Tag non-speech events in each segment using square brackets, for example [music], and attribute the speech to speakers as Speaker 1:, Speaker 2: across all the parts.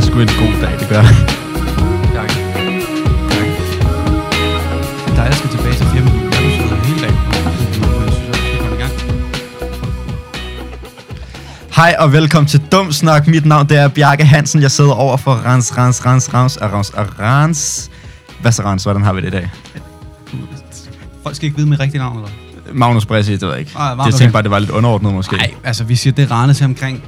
Speaker 1: der ikke gør.
Speaker 2: Tak. Tak. Det er dig, der skal tilbage til firmaet. Jeg har siddet her hele dagen. Men Jeg synes også, vi kommer i gang.
Speaker 1: Hej og velkommen til Dum Snak. Mit navn det er Bjarke Hansen. Jeg sidder over for Rans, Rans, Rans, Rans, Rans, Rans. Hvad så Rans, hvordan har vi det i dag?
Speaker 2: Folk skal ikke vide mit rigtige navn, eller?
Speaker 1: Magnus Bressi, det ved jeg ikke.
Speaker 2: Ej, varmt
Speaker 1: jeg
Speaker 2: okay.
Speaker 1: tænkte bare, det var lidt underordnet måske.
Speaker 2: Nej, altså vi siger, det er Rane til omkring.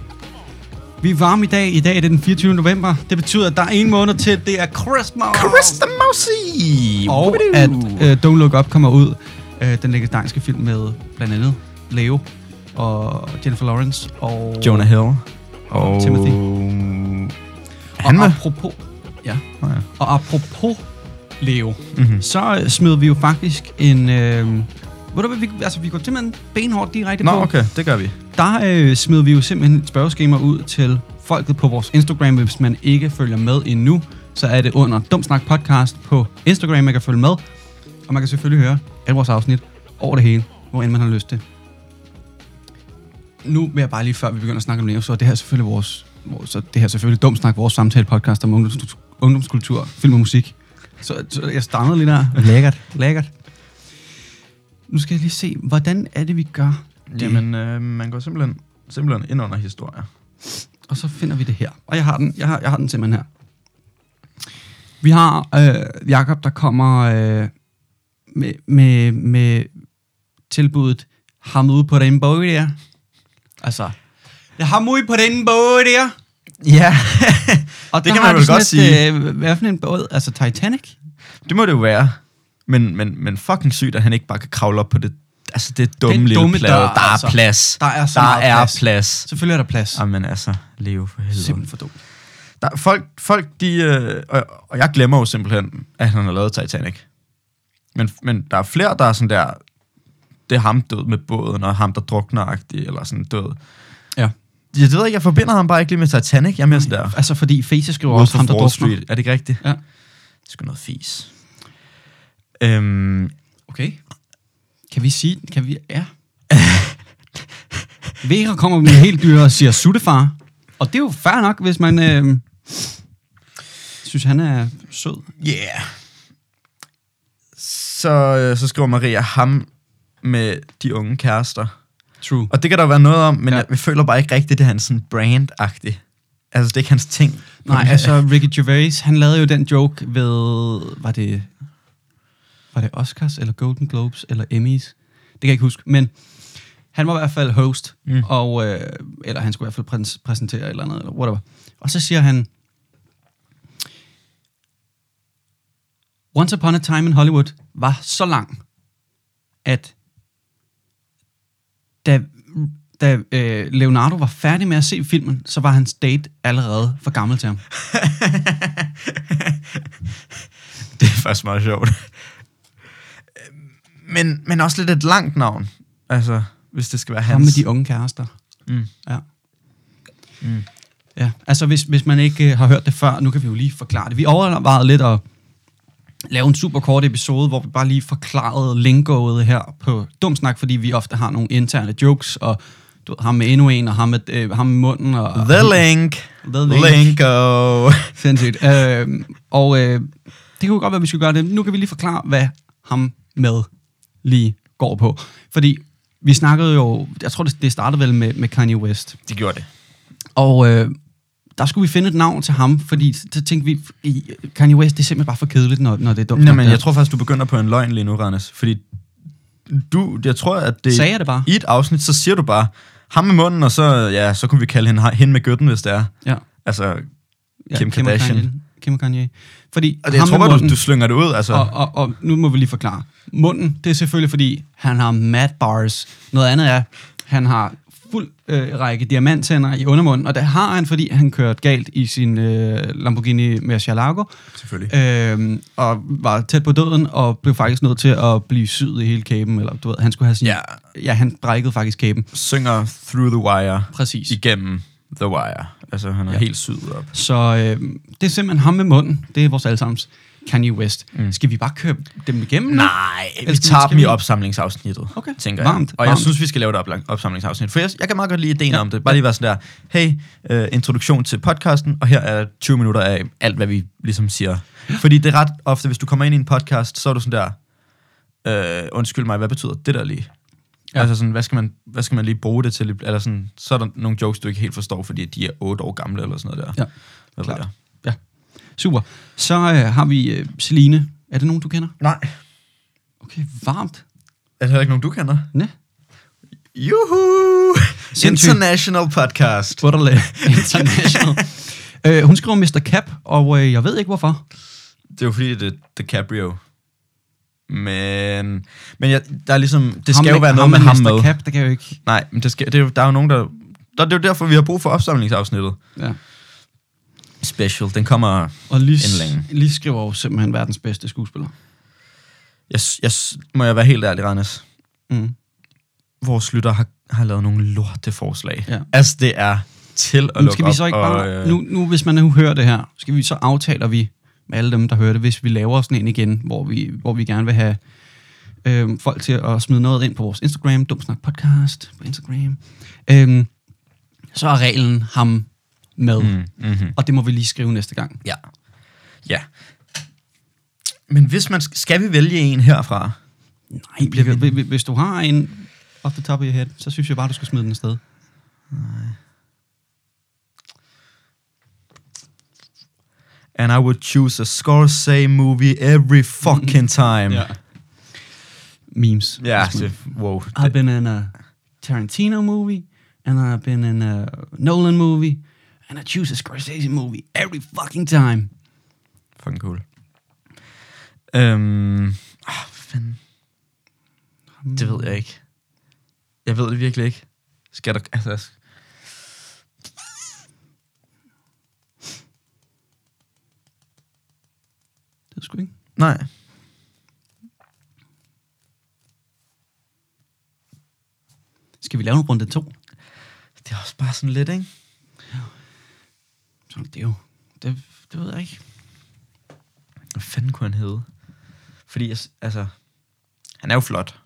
Speaker 2: Vi er varme i dag. I dag er det den 24. november. Det betyder, at der er en måned til, det er Christmas.
Speaker 1: Christa Mousy!
Speaker 2: Og at uh, Don't Look Up kommer ud. Uh, den legendariske film med blandt andet Leo og Jennifer Lawrence og...
Speaker 1: Jonah Hill. Og...
Speaker 2: Timothy.
Speaker 1: Han
Speaker 2: og
Speaker 1: med?
Speaker 2: apropos, ja.
Speaker 1: Nå ja.
Speaker 2: Og apropos Leo,
Speaker 1: Mhm.
Speaker 2: mm-hmm. så øh, smed vi jo faktisk en... Øh, ved du hvad, vi, altså vi går simpelthen benhårdt direkte
Speaker 1: Nå,
Speaker 2: på.
Speaker 1: okay, det gør vi.
Speaker 2: Der øh, smed vi jo simpelthen et spørgeskema ud til folket på vores Instagram. Hvis man ikke følger med endnu, så er det under Dumsnak Podcast på Instagram, man kan følge med. Og man kan selvfølgelig høre alle vores afsnit over det hele, hvor end man har lyst til. Nu vil jeg bare lige, før vi begynder at snakke om Leo, så er det her selvfølgelig vores, vores så det her er selvfølgelig dumt snak, vores samtale podcast om ungdoms, ungdomskultur, film og musik. Så, så jeg stammede lige der. Lækkert, lækkert. Nu skal jeg lige se, hvordan er det, vi gør det?
Speaker 1: Jamen, øh, man går simpelthen, simpelthen ind under historier.
Speaker 2: Og så finder vi det her. Og jeg har den, jeg har, jeg har den simpelthen her. Vi har øh, Jakob der kommer øh, med, med, med tilbuddet ham ude på den båd der. Altså, det er ham ude på den båd der.
Speaker 1: Ja,
Speaker 2: Og
Speaker 1: Det
Speaker 2: der
Speaker 1: kan man
Speaker 2: har
Speaker 1: vel
Speaker 2: vi sådan
Speaker 1: godt
Speaker 2: lidt,
Speaker 1: sige.
Speaker 2: Øh, hvad for en båd? Altså Titanic?
Speaker 1: det må det jo være. Men, men, men fucking sygt, at han ikke bare kan kravle op på det, altså det dumme
Speaker 2: Den
Speaker 1: lille
Speaker 2: dumme
Speaker 1: plade.
Speaker 2: dør,
Speaker 1: der er
Speaker 2: altså.
Speaker 1: plads.
Speaker 2: Der er så
Speaker 1: der
Speaker 2: meget
Speaker 1: er
Speaker 2: plads.
Speaker 1: plads.
Speaker 2: Selvfølgelig er der plads.
Speaker 1: Jamen altså, Leo for helvede.
Speaker 2: Simpelthen for dumt.
Speaker 1: Der, folk, folk de, øh, og, og jeg glemmer jo simpelthen, at han har lavet Titanic. Men, men der er flere, der er sådan der, det er ham død med båden, og ham der drukner eller sådan død.
Speaker 2: Ja.
Speaker 1: Jeg ved ikke, jeg forbinder ham bare ikke lige med Titanic. Jeg er mere sådan der.
Speaker 2: Altså fordi Face skriver
Speaker 1: Wolf
Speaker 2: også
Speaker 1: of
Speaker 2: ham, der
Speaker 1: Wall
Speaker 2: drukner.
Speaker 1: Street. Er det ikke rigtigt?
Speaker 2: Ja.
Speaker 1: Det er sgu noget fis. Øhm,
Speaker 2: Okay. Kan vi sige, kan vi, ja. [laughs] Vera kommer med helt dyre og siger suttefar. Og det er jo fair nok, hvis man øh, synes, han er sød.
Speaker 1: Yeah. Så, øh, så skriver Maria ham med de unge kærester.
Speaker 2: True.
Speaker 1: Og det kan der jo være noget om, men
Speaker 2: Ja.
Speaker 1: ja. jeg, jeg føler bare ikke rigtigt, det er hans sådan brand-agtig. Altså, det er ikke hans ting. [laughs]
Speaker 2: Nej, altså Ricky Gervais, han lavede jo den joke ved, var det, var det Oscars, eller Golden Globes, eller Emmys? Det kan jeg ikke huske, men han var i hvert fald host,
Speaker 1: Mm.
Speaker 2: mm. og, øh, eller han skulle i hvert fald præs- præsentere et eller andet, eller whatever. Og så siger han, Once Upon a Time in Hollywood var så lang, at da, da øh, Leonardo var færdig med at se filmen, så var hans date allerede for gammel til ham.
Speaker 1: Det er faktisk meget sjovt. Øhm, men, men også lidt et langt navn. Altså, hvis det skal være hans.
Speaker 2: Ham med de unge kærester.
Speaker 1: Mm.
Speaker 2: Ja.
Speaker 1: Mm.
Speaker 2: Ja, altså hvis, hvis man ikke øh, har hørt det før, nu kan vi jo lige forklare det. Vi overvejede lidt at lave en super kort episode, hvor vi bare lige forklarede lingoet her på Dumsnak, fordi vi ofte har nogle interne jokes, og du ved, ham med endnu en, og ham med, øh, ham med munden. Og,
Speaker 1: The Link.
Speaker 2: The Link.
Speaker 1: Linko. [laughs]
Speaker 2: Sindssygt. Øh, og øh, det kunne godt være, at vi skulle gøre det. Nu kan vi lige forklare, hvad ham med lige går på. Fordi vi snakkede jo, jeg tror, det, det startede vel med, med Kanye West.
Speaker 1: De gjorde det.
Speaker 2: Og øh, der skulle vi finde et navn til ham, fordi så tænkte vi, i- Kanye West, det er simpelthen bare for kedeligt, når, når det er dumt.
Speaker 1: Nå, men
Speaker 2: Ja.
Speaker 1: jeg tror faktisk, du begynder på en løgn lige nu, Rannes. Fordi du, jeg tror, at det...
Speaker 2: Sagde jeg det bare?
Speaker 1: I et afsnit, så siger du bare, ham med munden, og så, ja, så kunne vi kalde hende, hende med gøtten, hvis det er.
Speaker 2: Ja.
Speaker 1: Altså,
Speaker 2: ja
Speaker 1: Kim
Speaker 2: og
Speaker 1: Kardashian.
Speaker 2: Kanye. Kim og Kanye. Fordi
Speaker 1: og det, jeg
Speaker 2: ham
Speaker 1: tror
Speaker 2: med
Speaker 1: bare, du,
Speaker 2: munden-
Speaker 1: du slynger det ud, altså.
Speaker 2: Og, og, og nu må vi lige forklare. Munden, det er selvfølgelig, fordi han har mad bars. Noget andet er, han har fuld øh, række diamanttænder i undermunden, og det har han, fordi han kørte galt i sin øh, Lamborghini Murcielago,
Speaker 1: Selvfølgelig.
Speaker 2: øh, og var tæt på døden, og blev faktisk nødt til at blive syet i hele kæben, eller du ved, han skulle have sin...
Speaker 1: Ja.
Speaker 2: ja han brækkede faktisk kæben.
Speaker 1: Synger Through the Wire
Speaker 2: Præcis.
Speaker 1: igennem The Wire. Altså, han er
Speaker 2: Ja.
Speaker 1: ja. helt syet op.
Speaker 2: øhm, Så øh, det er simpelthen ham med munden. Det er vores allesammens. Kanye West. Mm. Skal vi bare køre dem igennem? nu?
Speaker 1: Nej, vi
Speaker 2: Elsker
Speaker 1: tager
Speaker 2: vi-
Speaker 1: dem i
Speaker 2: skal vi-
Speaker 1: opsamlingsafsnittet,
Speaker 2: Okay.
Speaker 1: tænker
Speaker 2: Varmt,
Speaker 1: jeg. Og jeg
Speaker 2: varmt.
Speaker 1: synes, vi skal lave et opla- opsamlingsafsnit. For jeg, jeg kan meget godt lide ideen ja. om det. Bare lige være sådan der, hey, øh, introduktion til podcasten, og her er 20 minutter af alt, hvad vi ligesom siger. Fordi det er ret ofte, hvis du kommer ind i en podcast, så er du sådan der, øh, undskyld mig, hvad betyder det der lige? Ja.
Speaker 2: Ja.
Speaker 1: Altså sådan, hvad skal, man, hvad skal man lige bruge det til? Eller sådan, så er der nogle jokes, du ikke helt forstår, fordi de er 8 år gamle eller sådan noget der.
Speaker 2: Ja,
Speaker 1: Hvad ved
Speaker 2: klart.
Speaker 1: jeg?
Speaker 2: Ja. Super. Så øh, har vi øh, Celine. Er det nogen, du kender?
Speaker 1: Nej,
Speaker 2: Okay, varmt.
Speaker 1: er der heller ikke nogen, du kender?
Speaker 2: Næ?
Speaker 1: Juhu!
Speaker 2: Sindssygt.
Speaker 1: International podcast.
Speaker 2: Twitterlag. [laughs] International. øh, hun skriver Mr. Cap, og øh, jeg ved ikke hvorfor.
Speaker 1: Det er jo fordi, det er DiCaprio. Men, men jeg, der er ligesom, det
Speaker 2: Ham
Speaker 1: skal jo være noget med
Speaker 2: ham
Speaker 1: ham
Speaker 2: Mr.
Speaker 1: med.
Speaker 2: Cap, det kan jo ikke...
Speaker 1: Nej, men det skal, det er jo, der er jo nogen, der... der det er jo derfor, vi har brug for opsamlingsafsnittet.
Speaker 2: Ja.
Speaker 1: Special, den kommer...
Speaker 2: Og
Speaker 1: Inden
Speaker 2: Lis, Lis skriver jo simpelthen verdens bedste skuespiller.
Speaker 1: Jeg, jeg, må jeg være helt ærlig, Rannes?
Speaker 2: Mm.
Speaker 1: Vores lytter har, har lavet nogle lorte forslag.
Speaker 2: Ja.
Speaker 1: Altså, det er til at
Speaker 2: Nu
Speaker 1: lukke
Speaker 2: skal vi
Speaker 1: op,
Speaker 2: så ikke
Speaker 1: og,
Speaker 2: bare...
Speaker 1: øh,
Speaker 2: nu, nu, hvis man nu hører det her, skal vi så aftaler vi med alle dem, der hører det, hvis vi laver sådan en igen, hvor vi, hvor vi gerne vil have øhm, folk til at smide noget ind på vores Instagram, Dumsnak Podcast på Instagram. Øhm, så er reglen ham med. Mm.
Speaker 1: Mm, mm-hmm.
Speaker 2: Og det må vi lige skrive næste gang.
Speaker 1: Ja. Ja. Men hvis man... sk- Skal vi vælge en herfra?
Speaker 2: Nej, bliver vi, hvis- hvis du har en off the top of your head, så synes jeg bare, du skal smide den afsted.
Speaker 1: And I would choose a Scorsese movie every [laughs] fucking time.
Speaker 2: Memes.
Speaker 1: Ja,
Speaker 2: Hvis man-
Speaker 1: det, wow.
Speaker 2: I've been in a Tarantino movie, and I've been in a Nolan movie, and I choose a Scorsese movie every fucking time.
Speaker 1: Fucking cool. Øhm, ah, hvad fanden. Det ved jeg ikke. Jeg ved det virkelig ikke. Skal der... Altså,
Speaker 2: Det er sgu ikke.
Speaker 1: nej.
Speaker 2: Skal vi lave en runde to?
Speaker 1: Det er også bare sådan lidt, ikke?
Speaker 2: Så det er jo... Det, det ved jeg ikke.
Speaker 1: Hvad fanden kunne han hedde? Fordi, jeg, s- altså... Han er jo flot.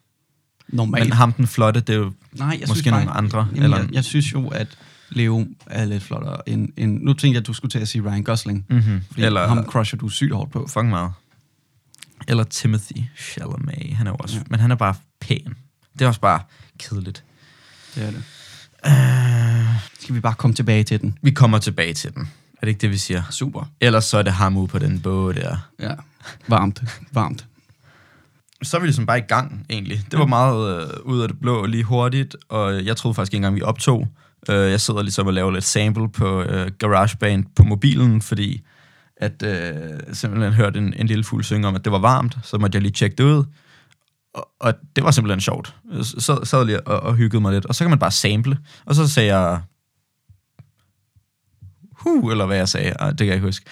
Speaker 2: Normalt.
Speaker 1: Men
Speaker 2: Men,
Speaker 1: ham den flotte, det er jo...
Speaker 2: Nej, jeg
Speaker 1: måske
Speaker 2: synes bare,
Speaker 1: nogle andre,
Speaker 2: Jamen,
Speaker 1: eller-
Speaker 2: eller... jeg, jeg, synes jo, at Leo er lidt flottere end, end... Nu tænkte jeg, at du skulle til at sige Ryan Gosling.
Speaker 1: Mm-hmm.
Speaker 2: Fordi
Speaker 1: Eller...
Speaker 2: Mhm. eller... ham crusher du sygt hårdt på.
Speaker 1: fucking meget. Eller Timothy Chalamet. Han er jo også...
Speaker 2: Ja.
Speaker 1: Ja. Men han er bare pæn. Det er også bare kedeligt.
Speaker 2: Det er det.
Speaker 1: Uh,
Speaker 2: Øh, Skal vi bare komme tilbage til den?
Speaker 1: vi kommer tilbage til den. Er det ikke det, vi siger?
Speaker 2: Super.
Speaker 1: Ellers så er det ham ude på den båd der.
Speaker 2: Ja. Varmt. Varmt.
Speaker 1: Så er vi ligesom bare i gang, egentlig. Det var meget øh, ud af det blå lige hurtigt, og jeg troede faktisk ikke engang, vi optog. Øh, jeg sidder ligesom og laver lidt sample på øh, GarageBand på mobilen, fordi at øh, simpelthen hørte en, en lille fugl synge om, at det var varmt, så måtte jeg lige tjekke det ud. Og, og det var simpelthen sjovt. Jeg sad, sad lige og, og hyggede mig lidt, og så kan man bare sample. Og så sagde jeg... Huh, eller hvad jeg sagde, Ej, det kan jeg ikke huske.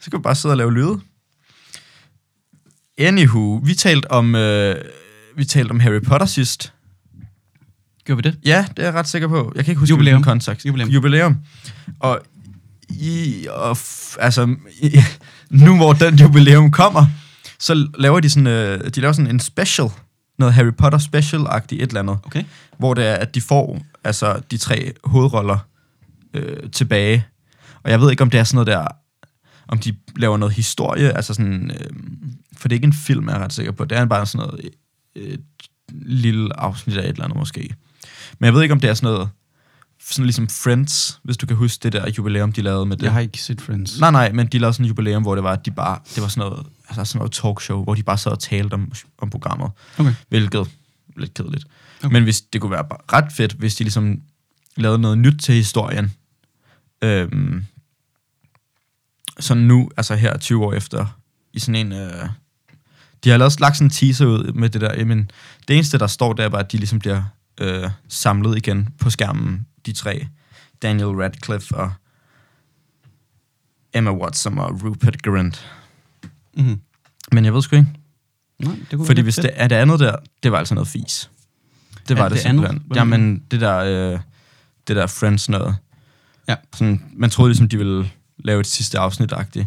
Speaker 1: Så kan vi bare sidde og lave lyde. Anywho, vi talte om, øh, vi talte om Harry Potter sidst.
Speaker 2: Gør vi det?
Speaker 1: Ja, det er jeg ret sikker på. Jeg kan ikke huske
Speaker 2: Jubilæum.
Speaker 1: hvilken kontekst.
Speaker 2: Jubilæum.
Speaker 1: Jubilæum. Og, i, og f, altså, i, [laughs] nu hvor den jubilæum kommer, så laver de sådan, øh, de laver sådan en special, noget Harry Potter special-agtigt et eller andet,
Speaker 2: Okay.
Speaker 1: hvor det er, at de får altså, de tre hovedroller øh, tilbage. Og jeg ved ikke, om det er sådan noget der, om de laver noget historie, altså sådan, øh, for det er ikke en film, er jeg er ret sikker på. Det er bare sådan noget, øh, et lille afsnit af et eller andet måske. Men jeg ved ikke, om det er sådan noget, sådan ligesom Friends, hvis du kan huske det der jubilæum, de lavede med det.
Speaker 2: Jeg har ikke set Friends.
Speaker 1: Nej, nej, men de lavede sådan en jubilæum, hvor det var, at de bare, det var sådan noget, altså sådan noget talkshow, hvor de bare sad og talte om, om programmet,
Speaker 2: Okay.
Speaker 1: hvilket er lidt kedeligt.
Speaker 2: Okay.
Speaker 1: Okay. Men hvis, det kunne være bare ret fedt, hvis de ligesom lavede noget nyt til historien. Øhm, så nu, altså her 20 år efter, i sådan en... Øh, de har lavet, lagt sådan en teaser ud med det der, jamen, det eneste, der står der, var, at de ligesom bliver øh, samlet igen på skærmen, de tre. Daniel Radcliffe og Emma Watson og Rupert Grint.
Speaker 2: Mm-hmm.
Speaker 1: Men jeg ved sgu ikke.
Speaker 2: Nej, det kunne
Speaker 1: Fordi
Speaker 2: være
Speaker 1: hvis
Speaker 2: fedt.
Speaker 1: det er det andet der, det var altså noget fis. Det
Speaker 2: Er
Speaker 1: var det,
Speaker 2: det
Speaker 1: det simpelthen.
Speaker 2: andet?
Speaker 1: Andet? Jamen, det der, øh, det der Friends noget.
Speaker 2: Ja.
Speaker 1: Sådan, man troede ligesom, de ville lave et sidste afsnit-agtigt.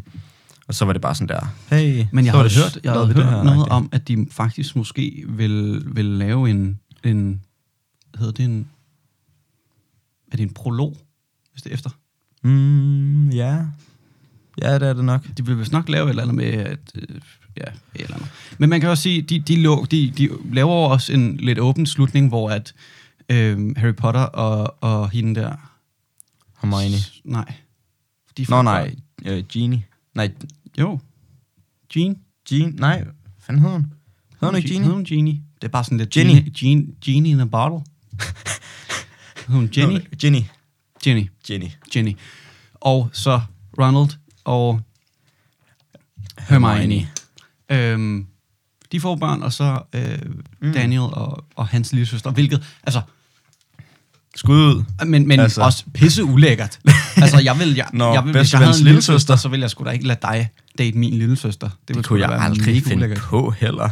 Speaker 1: Og så var det bare sådan der, hey,
Speaker 2: Men jeg
Speaker 1: så
Speaker 2: har
Speaker 1: var det
Speaker 2: hørt, jeg
Speaker 1: lavede
Speaker 2: havde
Speaker 1: vi
Speaker 2: hørt
Speaker 1: det her,
Speaker 2: her, noget
Speaker 1: agtigt.
Speaker 2: om, at de faktisk måske vil, vil lave en, en... Hedder det en... Er det en prolog? Hvis det er efter.
Speaker 1: Mm, ja. Ja, det er det nok.
Speaker 2: De vil vist nok lave et eller andet med, at, øh, ja, et eller andet. Men man kan også sige, de, de, lå, de, de laver jo også en lidt åben slutning, hvor at øh, Harry Potter og, og hende der...
Speaker 1: Hermione.
Speaker 2: S- Nej. De er
Speaker 1: Nå
Speaker 2: fra-
Speaker 1: nej, øh, Genie. Nej,
Speaker 2: Jo. Jean.
Speaker 1: Genie, nej, hvad fanden hedder hun? Hedder hun ikke
Speaker 2: Jean-
Speaker 1: Genie?
Speaker 2: Hedder hun Genie? Det er bare sådan lidt...
Speaker 1: Jenny.
Speaker 2: Genie. Genie, Genie in a [laughs] bottle. Hedder hun Jenny?
Speaker 1: Nå, Ginny.
Speaker 2: Jenny.
Speaker 1: Ginny.
Speaker 2: Jenny. Og så Ronald og Hermione. Øhm, de får børn, og så øh, mm. Daniel og, og hans lille søster, hvilket, altså,
Speaker 1: Skud ud.
Speaker 2: men, men altså.
Speaker 1: Altså.
Speaker 2: også pisse [laughs] ulækkert. altså, jeg vil, jeg,
Speaker 1: Nå,
Speaker 2: jeg vil, hvis jeg
Speaker 1: bedstevens
Speaker 2: havde en lille
Speaker 1: lillesøster.
Speaker 2: søster, så ville jeg sgu da ikke lade dig date min lille søster. ville
Speaker 1: Det
Speaker 2: sgu
Speaker 1: kunne
Speaker 2: da
Speaker 1: jeg
Speaker 2: være
Speaker 1: aldrig
Speaker 2: mega
Speaker 1: finde
Speaker 2: ulækkert.
Speaker 1: på heller.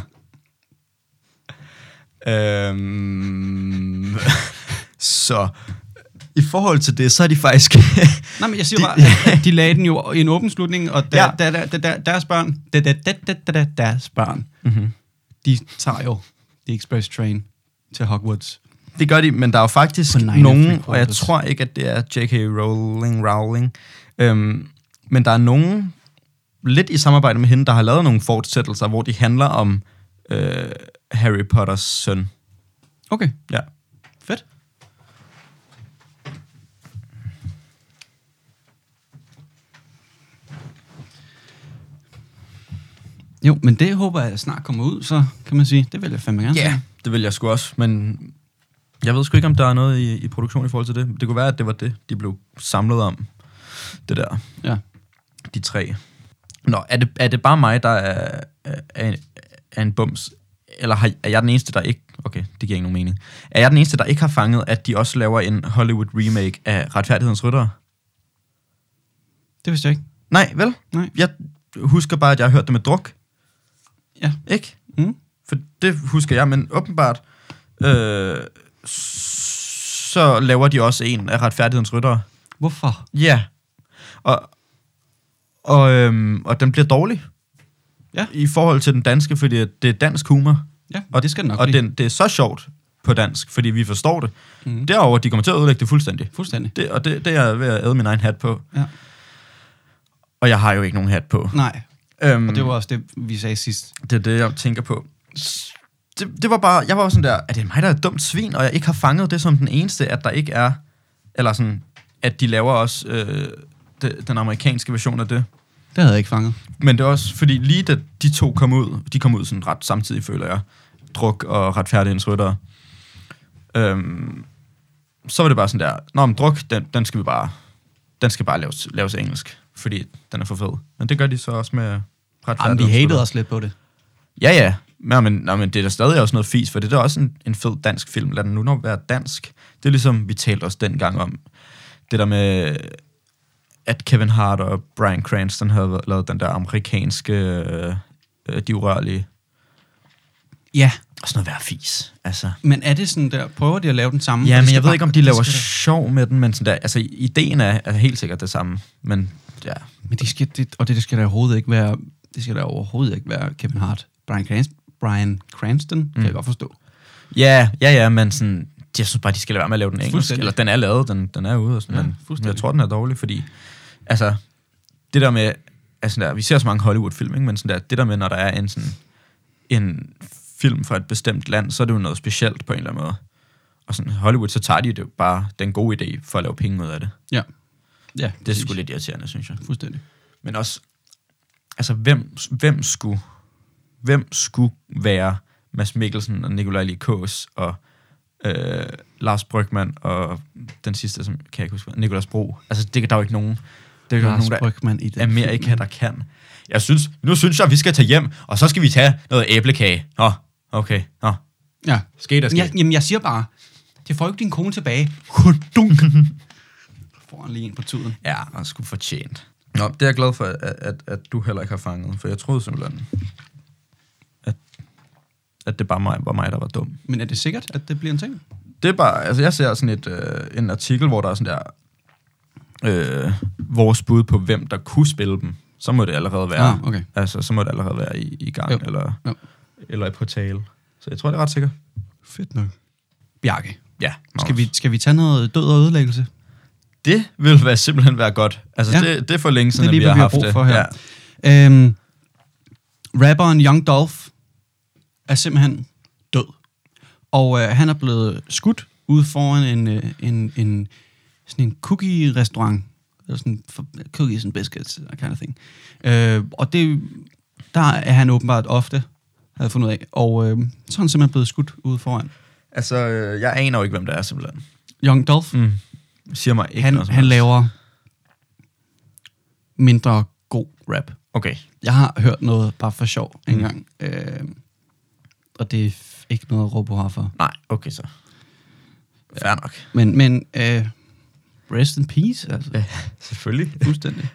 Speaker 1: Øhm, [laughs] så i forhold til det, så er de faktisk...
Speaker 2: Nej, men
Speaker 1: [laughs]
Speaker 2: jeg siger bare, at- [laughs] at de lagde den jo i en åben slutning, og der,
Speaker 1: Ja.
Speaker 2: der, der, der, der, deres børn, der, der, der, der, der, der, deres børn,
Speaker 1: Mhm.
Speaker 2: de tager jo The Express Train til Hogwarts.
Speaker 1: [laughs] det gør de, men der er jo faktisk
Speaker 2: På nine and three
Speaker 1: nogen, og jeg
Speaker 2: quarters.
Speaker 1: tror ikke, at det er J.K. Rowling, Rowling øhm, men der er nogen, lidt i samarbejde med hende, der har lavet nogle fortsættelser, hvor de handler om øh, Harry Potters søn.
Speaker 2: Okay,
Speaker 1: Ja.
Speaker 2: fedt. Jo, men det håber jeg snart kommer ud, så kan man sige, det vil jeg fandme gerne.
Speaker 1: Ja,
Speaker 2: se.
Speaker 1: yeah, det vil jeg sgu også, men jeg ved sgu ikke, om der er noget i, i produktion i forhold til det. Det kunne være, at det var det, de blev samlet om, det der,
Speaker 2: ja.
Speaker 1: de tre. Nå, er det, er det bare mig, der er, er, er, en, er en bums? Eller har, er jeg den eneste, der ikke... Okay, det giver ikke nogen mening. Er jeg den eneste, der ikke har fanget, at de også laver en Hollywood remake af Retfærdighedens Ryttere?
Speaker 2: Det vidste jeg ikke.
Speaker 1: Nej, vel?
Speaker 2: Nej.
Speaker 1: Jeg husker bare, at jeg har hørt det med druk.
Speaker 2: Ja.
Speaker 1: Ikke?
Speaker 2: Mm.
Speaker 1: For det husker jeg, men åbenbart, øh, så laver de også en af retfærdighedens ryttere.
Speaker 2: Hvorfor?
Speaker 1: Ja. Og, og, øhm, og den bliver dårlig.
Speaker 2: Ja.
Speaker 1: I forhold til den danske, fordi at det er dansk humor.
Speaker 2: Ja,
Speaker 1: Og
Speaker 2: det skal det nok
Speaker 1: Og
Speaker 2: blive.
Speaker 1: den, det er så sjovt på dansk, fordi vi forstår det.
Speaker 2: Mhm.
Speaker 1: Mm. Derover de kommer til at ødelægge det fuldstændig.
Speaker 2: Fuldstændig.
Speaker 1: Det, og det, det er jeg ved at æde min egen hat på.
Speaker 2: Ja.
Speaker 1: Og jeg har jo ikke nogen hat på.
Speaker 2: Nej,
Speaker 1: Øhm,
Speaker 2: og det var også det, vi sagde sidst.
Speaker 1: Det er det, jeg tænker på. Det, det var bare, jeg var også sådan der, er det mig, der er et dumt svin, og jeg ikke har fanget det som den eneste, at der ikke er, eller sådan, at de laver også øh, de, den amerikanske version af det.
Speaker 2: Det havde jeg ikke fanget.
Speaker 1: Men det er også, fordi lige da de to kom ud, de kom ud sådan ret samtidig, føler jeg, Druk og Retfærdighedens Rytter, øhm, så var det bare sådan der, nå, men Druk, den, den skal vi bare, den skal bare laves, laves engelsk, fordi den er for fed. Men det gør de så også med
Speaker 2: Jamen,
Speaker 1: Retfærdighedens
Speaker 2: de
Speaker 1: Ryttere.
Speaker 2: hatede os lidt på det.
Speaker 1: Ja, ja. Nå, men, nå, men det er da stadig også noget fis, for det er da også en, en fed dansk film. Lad den nu nok være dansk. Det er ligesom, vi talte også dengang om, det der med, at Kevin Hart og Brian Cranston havde været- lavet den der amerikanske, øh, øh, de urørlige.
Speaker 2: Ja,
Speaker 1: Og sådan noget være fis, altså.
Speaker 2: men er det sådan der, prøver de at lave den samme?
Speaker 1: Ja,
Speaker 2: Og det
Speaker 1: men
Speaker 2: skal
Speaker 1: jeg ved
Speaker 2: bare-
Speaker 1: ikke, om de
Speaker 2: det
Speaker 1: laver
Speaker 2: skal da-
Speaker 1: sjov med den, men sådan der, altså ideen er, er helt sikkert det samme, men ja.
Speaker 2: Men det skal, det, og det, det skal der overhovedet ikke være, det skal der overhovedet ikke være Kevin Hart. Brian, Cranston, Brian Cranston, mm. kan jeg godt forstå.
Speaker 1: Ja, ja, ja, men sådan, jeg synes bare, de skal lade være med at lave den engelsk.
Speaker 2: Fuldstændig.
Speaker 1: Eller den er lavet, den, den er ude. Og sådan,
Speaker 2: Ja,
Speaker 1: ja, men
Speaker 2: fuldstændig.
Speaker 1: jeg tror, den er dårlig, fordi... Altså, det der med... Altså, der, vi ser så mange Hollywood-film, ikke? men sådan der, det der med, når der er en, sådan, en film fra et bestemt land, så er det jo noget specielt på en eller anden måde. Og sådan, Hollywood, så tager de det jo bare den gode idé for at lave penge ud af det.
Speaker 2: Ja. Ja,
Speaker 1: Det er sgu lidt irriterende, synes jeg.
Speaker 2: Fuldstændig.
Speaker 1: Men også, altså, hvem, hvem skulle, hvem skulle være Mads Mikkelsen og Nikolaj Likås og øh, Lars Brygman og den sidste, som kan jeg ikke huske, hvad- Nicolas Bro. Altså, det kan der er jo ikke nogen, det er jo
Speaker 2: Lars
Speaker 1: ikke nogen,
Speaker 2: Brygman i
Speaker 1: der
Speaker 2: den.
Speaker 1: Amerika, der kan. Jeg synes, nu synes jeg, at vi skal tage hjem, og så skal vi tage noget æblekage. Nå, okay, nå.
Speaker 2: Ja.
Speaker 1: Skete der
Speaker 2: Jeg,
Speaker 1: skete.
Speaker 2: jamen, jeg siger bare, det får ikke din kone tilbage.
Speaker 1: Dunk.
Speaker 2: [laughs] Får han lige en på tuden.
Speaker 1: Ja, og skulle fortjent. Nå, det er jeg glad for, at, at, at du heller ikke har fanget, for jeg troede simpelthen, at, at det bare mig, var mig, der var dum.
Speaker 2: Men er det sikkert, at det bliver en ting?
Speaker 1: Det er bare, altså jeg ser sådan et, øh, en artikel, hvor der er sådan der, øh, vores bud på, hvem der kunne spille dem. så må det allerede være,
Speaker 2: Ah, okay.
Speaker 1: altså, så må det allerede være i, i gang,
Speaker 2: Jo.
Speaker 1: eller,
Speaker 2: Jo.
Speaker 1: eller på tale. Så jeg tror, det er ret sikkert.
Speaker 2: Fedt nok. Bjarke,
Speaker 1: Ja,
Speaker 2: skal vi, skal vi tage noget død og ødelæggelse?
Speaker 1: Det vil være, simpelthen være godt. Altså,
Speaker 2: Ja.
Speaker 1: ja. det, det er for længe
Speaker 2: Det er
Speaker 1: siden,
Speaker 2: lige,
Speaker 1: at vi har
Speaker 2: hvad vi har
Speaker 1: haft
Speaker 2: brug
Speaker 1: det.
Speaker 2: for her. Ja. Øhm, rapperen Young Dolph er simpelthen død. Og øh, han er blevet skudt ude foran en, øh, en, en, sådan en cookie-restaurant. Eller sådan for, cookies and biscuits, that kind of thing. Øh, og det, der er han åbenbart ofte, havde jeg fundet ud af. Og øh, så er han simpelthen blevet skudt ude foran.
Speaker 1: Altså, øh, jeg aner jo ikke, hvem det er, simpelthen.
Speaker 2: Young Dolph, mm,
Speaker 1: Siger mig ikke
Speaker 2: han,
Speaker 1: noget. som
Speaker 2: han
Speaker 1: helst.
Speaker 2: laver mindre god rap.
Speaker 1: Okay.
Speaker 2: Jeg har hørt noget bare for sjov mm. engang. Øh, og det er f- ikke noget, Robo har for.
Speaker 1: Nej, okay så. Fair nok.
Speaker 2: Men, men øh, rest in peace, altså. Ja.
Speaker 1: Selvfølgelig.
Speaker 2: Fuldstændig.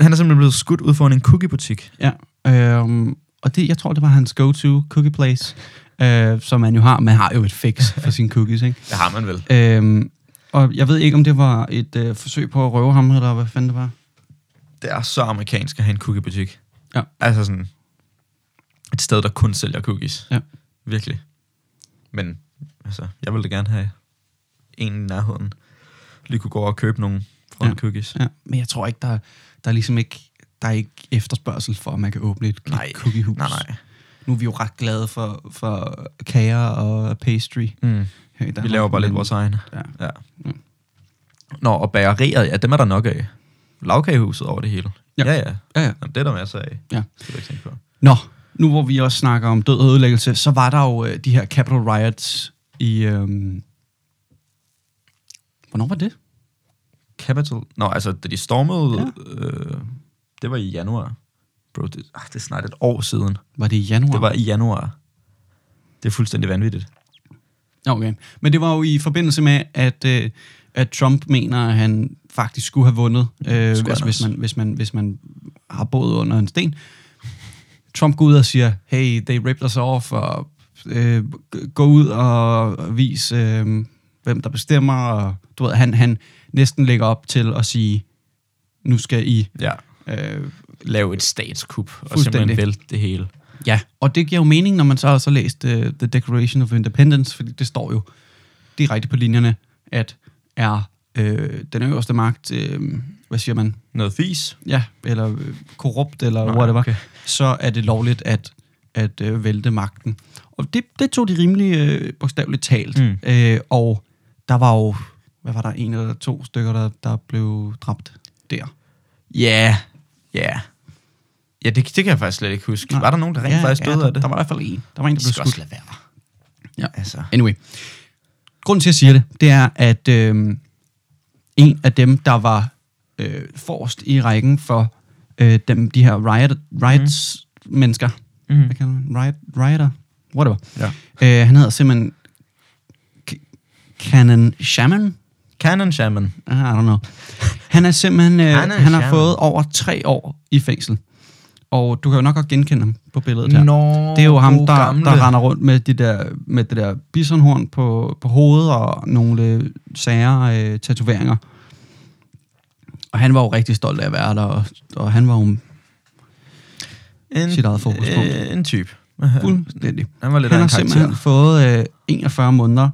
Speaker 1: Han er simpelthen blevet skudt ud foran en cookiebutik.
Speaker 2: Ja. Øh, og det, jeg tror, det var hans go-to cookie place, øh, som man jo har. Man har jo et fix for sine cookies, [laughs] ikke?
Speaker 1: Det har man vel.
Speaker 2: Øh, og jeg ved ikke, om det var et øh, forsøg på at røve ham, eller hvad fanden det var.
Speaker 1: Det er så amerikansk at have en cookiebutik.
Speaker 2: Ja.
Speaker 1: Altså sådan et sted, der kun sælger cookies.
Speaker 2: Ja.
Speaker 1: Virkelig. Men altså, jeg ville da gerne have en i nærheden. Lige kunne gå over og købe nogle fra
Speaker 2: Ja.
Speaker 1: ja. cookies.
Speaker 2: Ja. Men jeg tror ikke, der, der er ligesom ikke der er ikke efterspørgsel for, at man kan åbne et
Speaker 1: Nej.
Speaker 2: cookiehus.
Speaker 1: Nej, nej.
Speaker 2: Nu er vi jo ret glade for, for kager og pastry.
Speaker 1: Mm.
Speaker 2: Her i Danmark,
Speaker 1: Vi laver bare lidt
Speaker 2: men-
Speaker 1: vores egne.
Speaker 2: Ja.
Speaker 1: Ja.
Speaker 2: Mm.
Speaker 1: Nå, og bagerier, ja, dem er der nok af. Lavkagehuset over det hele.
Speaker 2: Ja.
Speaker 1: Ja, ja. ja.
Speaker 2: Ja, ja.
Speaker 1: Jamen, det er der masser af.
Speaker 2: Ja.
Speaker 1: Det skal du ikke tænke på.
Speaker 2: Nå, nu hvor vi også snakker om død og ødelæggelse, så var der jo øh, de her Capital Riots i... Øhm... Hvornår var det?
Speaker 1: Capital. Nå, altså, da de stormede,
Speaker 2: Ja.
Speaker 1: ja. øh, det var i januar. Bro, det, ah, det er snart et år siden.
Speaker 2: Var det i januar?
Speaker 1: Det var i januar. Det er fuldstændig vanvittigt.
Speaker 2: Nå, Okay. Men det var jo i forbindelse med, at, øh, at Trump mener, at han faktisk skulle have vundet, øh,
Speaker 1: han
Speaker 2: altså, hvis,
Speaker 1: også.
Speaker 2: man, hvis, man, hvis man har boet under en sten. Trump går ud og siger, hey, they ripped us off, og øh, g- gå ud og vis, øh, hvem der bestemmer, og du ved, han, han næsten lægger op til at sige, nu skal I...
Speaker 1: Ja.
Speaker 2: Øh,
Speaker 1: Lave et statskup og
Speaker 2: Fuldstændig.
Speaker 1: simpelthen vælte det hele.
Speaker 2: ja, og det giver jo mening, når man så også har læst uh, The Declaration of Independence, fordi det står jo direkte på linjerne, at er øh, den øverste magt, øh, hvad siger man,
Speaker 1: Noget fis.
Speaker 2: ja, eller øh, korrupt, eller Nej,
Speaker 1: Nej,
Speaker 2: whatever, okay.
Speaker 1: okay.
Speaker 2: så er det lovligt at, at øh, vælte magten. Og det, det tog de rimelig øh, bogstaveligt talt. Mm.
Speaker 1: Mm.
Speaker 2: Øh, og der var jo, hvad var der, en eller to stykker, der, der blev dræbt der.
Speaker 1: Ja. Ja. Ja, det, det kan jeg faktisk slet ikke huske.
Speaker 2: Nej.
Speaker 1: Var der nogen, der rent ja, faktisk døde
Speaker 2: der,
Speaker 1: af det?
Speaker 2: Der var i hvert fald en. Der var en, der
Speaker 1: De
Speaker 2: blev
Speaker 1: skal
Speaker 2: skudt.
Speaker 1: også lade være.
Speaker 2: Ja.
Speaker 1: Altså.
Speaker 2: Anyway. Grunden til, at jeg siger det, det er, at øh, en af dem, der var øh, forrest i rækken for øh, dem, de her riot, riots mm. mennesker,
Speaker 1: Mm-hmm.
Speaker 2: mm. hvad kalder man? Riot, rioter, whatever.
Speaker 1: Ja.
Speaker 2: Øh, han hedder simpelthen K- Canon Shaman.
Speaker 1: Cannon Shaman.
Speaker 2: I don't know. Han er simpelthen, øh, han,
Speaker 1: Han
Speaker 2: er
Speaker 1: er
Speaker 2: han har
Speaker 1: Shaman.
Speaker 2: fået over tre år i fængsel. Og du kan jo nok godt genkende ham på billedet her.
Speaker 1: Nå,
Speaker 2: Det er jo ham,
Speaker 1: gode
Speaker 2: der,
Speaker 1: gamle.
Speaker 2: der render rundt med, de der, med det der bisonhorn på, på hovedet og nogle øh, sære øh, tatoveringer. Og han var jo rigtig stolt af at være der, og, og han var jo
Speaker 1: en,
Speaker 2: sit eget fokuspunkt.
Speaker 1: Øh, en type.
Speaker 2: fuldstændig.
Speaker 1: Han var lidt
Speaker 2: Han
Speaker 1: af
Speaker 2: har
Speaker 1: en karakter.
Speaker 2: simpelthen fået øh, 41 måneder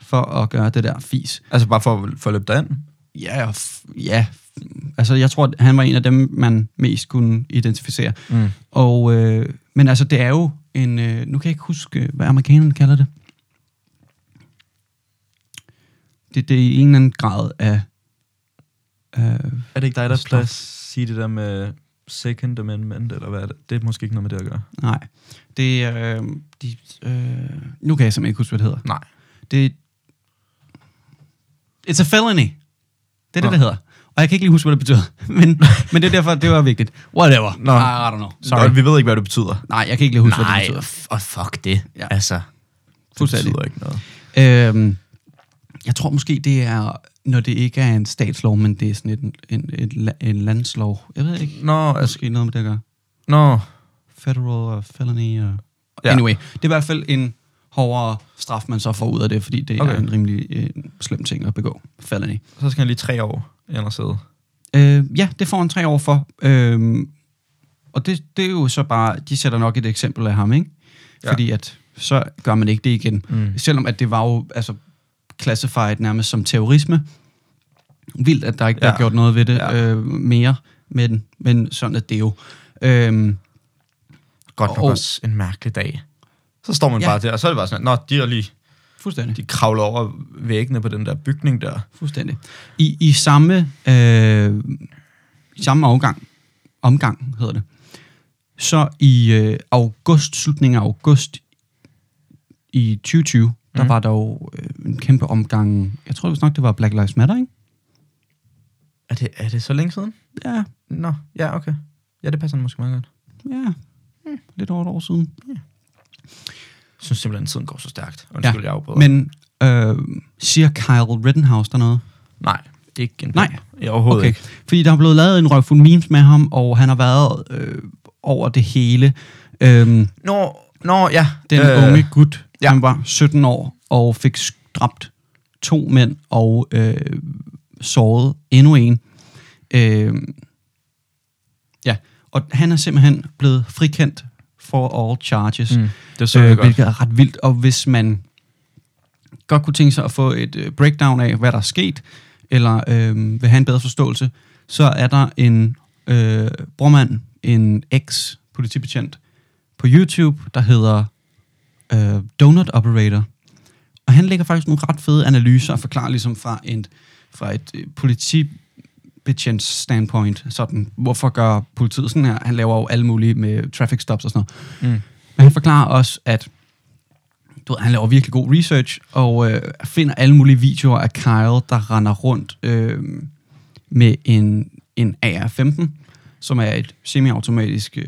Speaker 2: for at gøre det der fis.
Speaker 1: Altså bare for, at- for at løbe derind.
Speaker 2: Ja, og f- ja. Altså, jeg tror, at han var en af dem, man mest kunne identificere.
Speaker 1: Mm.
Speaker 2: Og, øh, men altså, det er jo en... Øh, nu kan jeg ikke huske, hvad amerikanerne kalder det. Det, det er i en eller anden grad af... Øh,
Speaker 1: Er det ikke dig,
Speaker 2: der plejer at
Speaker 1: sige det der med Second Amendment, eller hvad er det? Det er måske ikke noget med det at gøre.
Speaker 2: nej, det er... Øh, de, øh, nu kan jeg simpelthen ikke huske, hvad det hedder.
Speaker 1: Nej.
Speaker 2: Det It's a felony. Det er det,
Speaker 1: Nå.
Speaker 2: det hedder. Og jeg kan ikke lige huske, hvad det betyder. [laughs] Men, men det er derfor, det var vigtigt. Whatever.
Speaker 1: Nå.
Speaker 2: I, I don't know. Sorry.
Speaker 1: Nå, vi ved ikke, hvad det betyder.
Speaker 2: Nej, jeg kan ikke lige huske, hvad det betyder.
Speaker 1: og fuck det.
Speaker 2: Ja.
Speaker 1: Altså, det
Speaker 2: Fuldstændig.
Speaker 1: betyder ikke noget.
Speaker 2: Øhm, jeg tror måske, det er, når det ikke er en statslov, men det er sådan en, en, en, la- en landslov. Jeg ved ikke,
Speaker 1: Nå, altså,
Speaker 2: måske noget med det at gøre.
Speaker 1: nå.
Speaker 2: Federal og felony og... Ja.
Speaker 1: Ja.
Speaker 2: Anyway, det er i hvert fald en hårdere straf, man så får ud af det, fordi det okay. er
Speaker 1: Okay.
Speaker 2: en rimelig øh, slem ting at begå. Felony.
Speaker 1: Så skal han lige tre år ind og sidde.
Speaker 2: Øh, ja, det får han tre år for. Øh, Og det, det er jo så bare, de sætter nok et eksempel af ham, ikke?
Speaker 1: Ja.
Speaker 2: Fordi at, så gør man ikke det igen.
Speaker 1: Mm.
Speaker 2: Selvom at det var jo, altså, classified nærmest som terrorisme. Vildt, at der ikke blev
Speaker 1: Ja.
Speaker 2: gjort noget ved det
Speaker 1: Ja.
Speaker 2: øh, mere, men, men sådan er det jo. Øhm,
Speaker 1: Godt nok
Speaker 2: Og-
Speaker 1: også en mærkelig dag. Så står man
Speaker 2: Ja.
Speaker 1: bare der, og så er det bare sådan, at Nå, de, er lige,
Speaker 2: fuldstændig.
Speaker 1: de kravler over væggene på den der bygning der.
Speaker 2: Fuldstændig. I, i samme, øh, i samme afgang, omgang hedder det, så i øh, august, slutningen af august i 2020, der
Speaker 1: Mhm.
Speaker 2: var der jo øh, en kæmpe omgang, jeg tror vist nok, det var Black Lives Matter, ikke?
Speaker 1: Er det, er det så længe siden?
Speaker 2: Ja,
Speaker 1: Nå, ja, okay. Ja, det passer måske meget godt.
Speaker 2: ja. Hmm. Lidt over et år siden.
Speaker 1: Jeg synes simpelthen, tiden går så stærkt. Undskyld, ja. jeg afbryder.
Speaker 2: Men øh, siger Kyle Rittenhouse dernede?
Speaker 1: Nej, det er ikke en
Speaker 2: Nej.
Speaker 1: Ja, overhovedet okay. ikke.
Speaker 2: Fordi der er blevet lavet en røvfuld memes med ham, og han har været øh, over det hele. Øhm,
Speaker 1: Nå, nå ja.
Speaker 2: den øh, unge gut, ja.
Speaker 1: ja.
Speaker 2: han var 17 år og fik sk- dræbt to mænd og øh, såret endnu en. Øh, ja, og han er simpelthen blevet frikendt for all charges,
Speaker 1: Mm, det så jeg
Speaker 2: øh,
Speaker 1: godt.
Speaker 2: hvilket er ret vildt. Og hvis man godt kunne tænke sig at få et øh, breakdown af, hvad der er sket, eller øh, vil have en bedre forståelse, så er der en øh, brormand, en eks-politibetjent på YouTube, der hedder øh, Donut Operator. Og han lægger faktisk nogle ret fede analyser og forklarer ligesom fra, en, fra et øh, politibetjents standpoint, sådan, hvorfor gør politiet sådan her? Han laver jo alle mulige med traffic stops og sådan noget.
Speaker 1: Mm.
Speaker 2: Men han forklarer også, at du ved, han laver virkelig god research, og øh, finder alle mulige videoer af Kyle, der render rundt øh, med en, en AR-15, som er et semiautomatisk øh,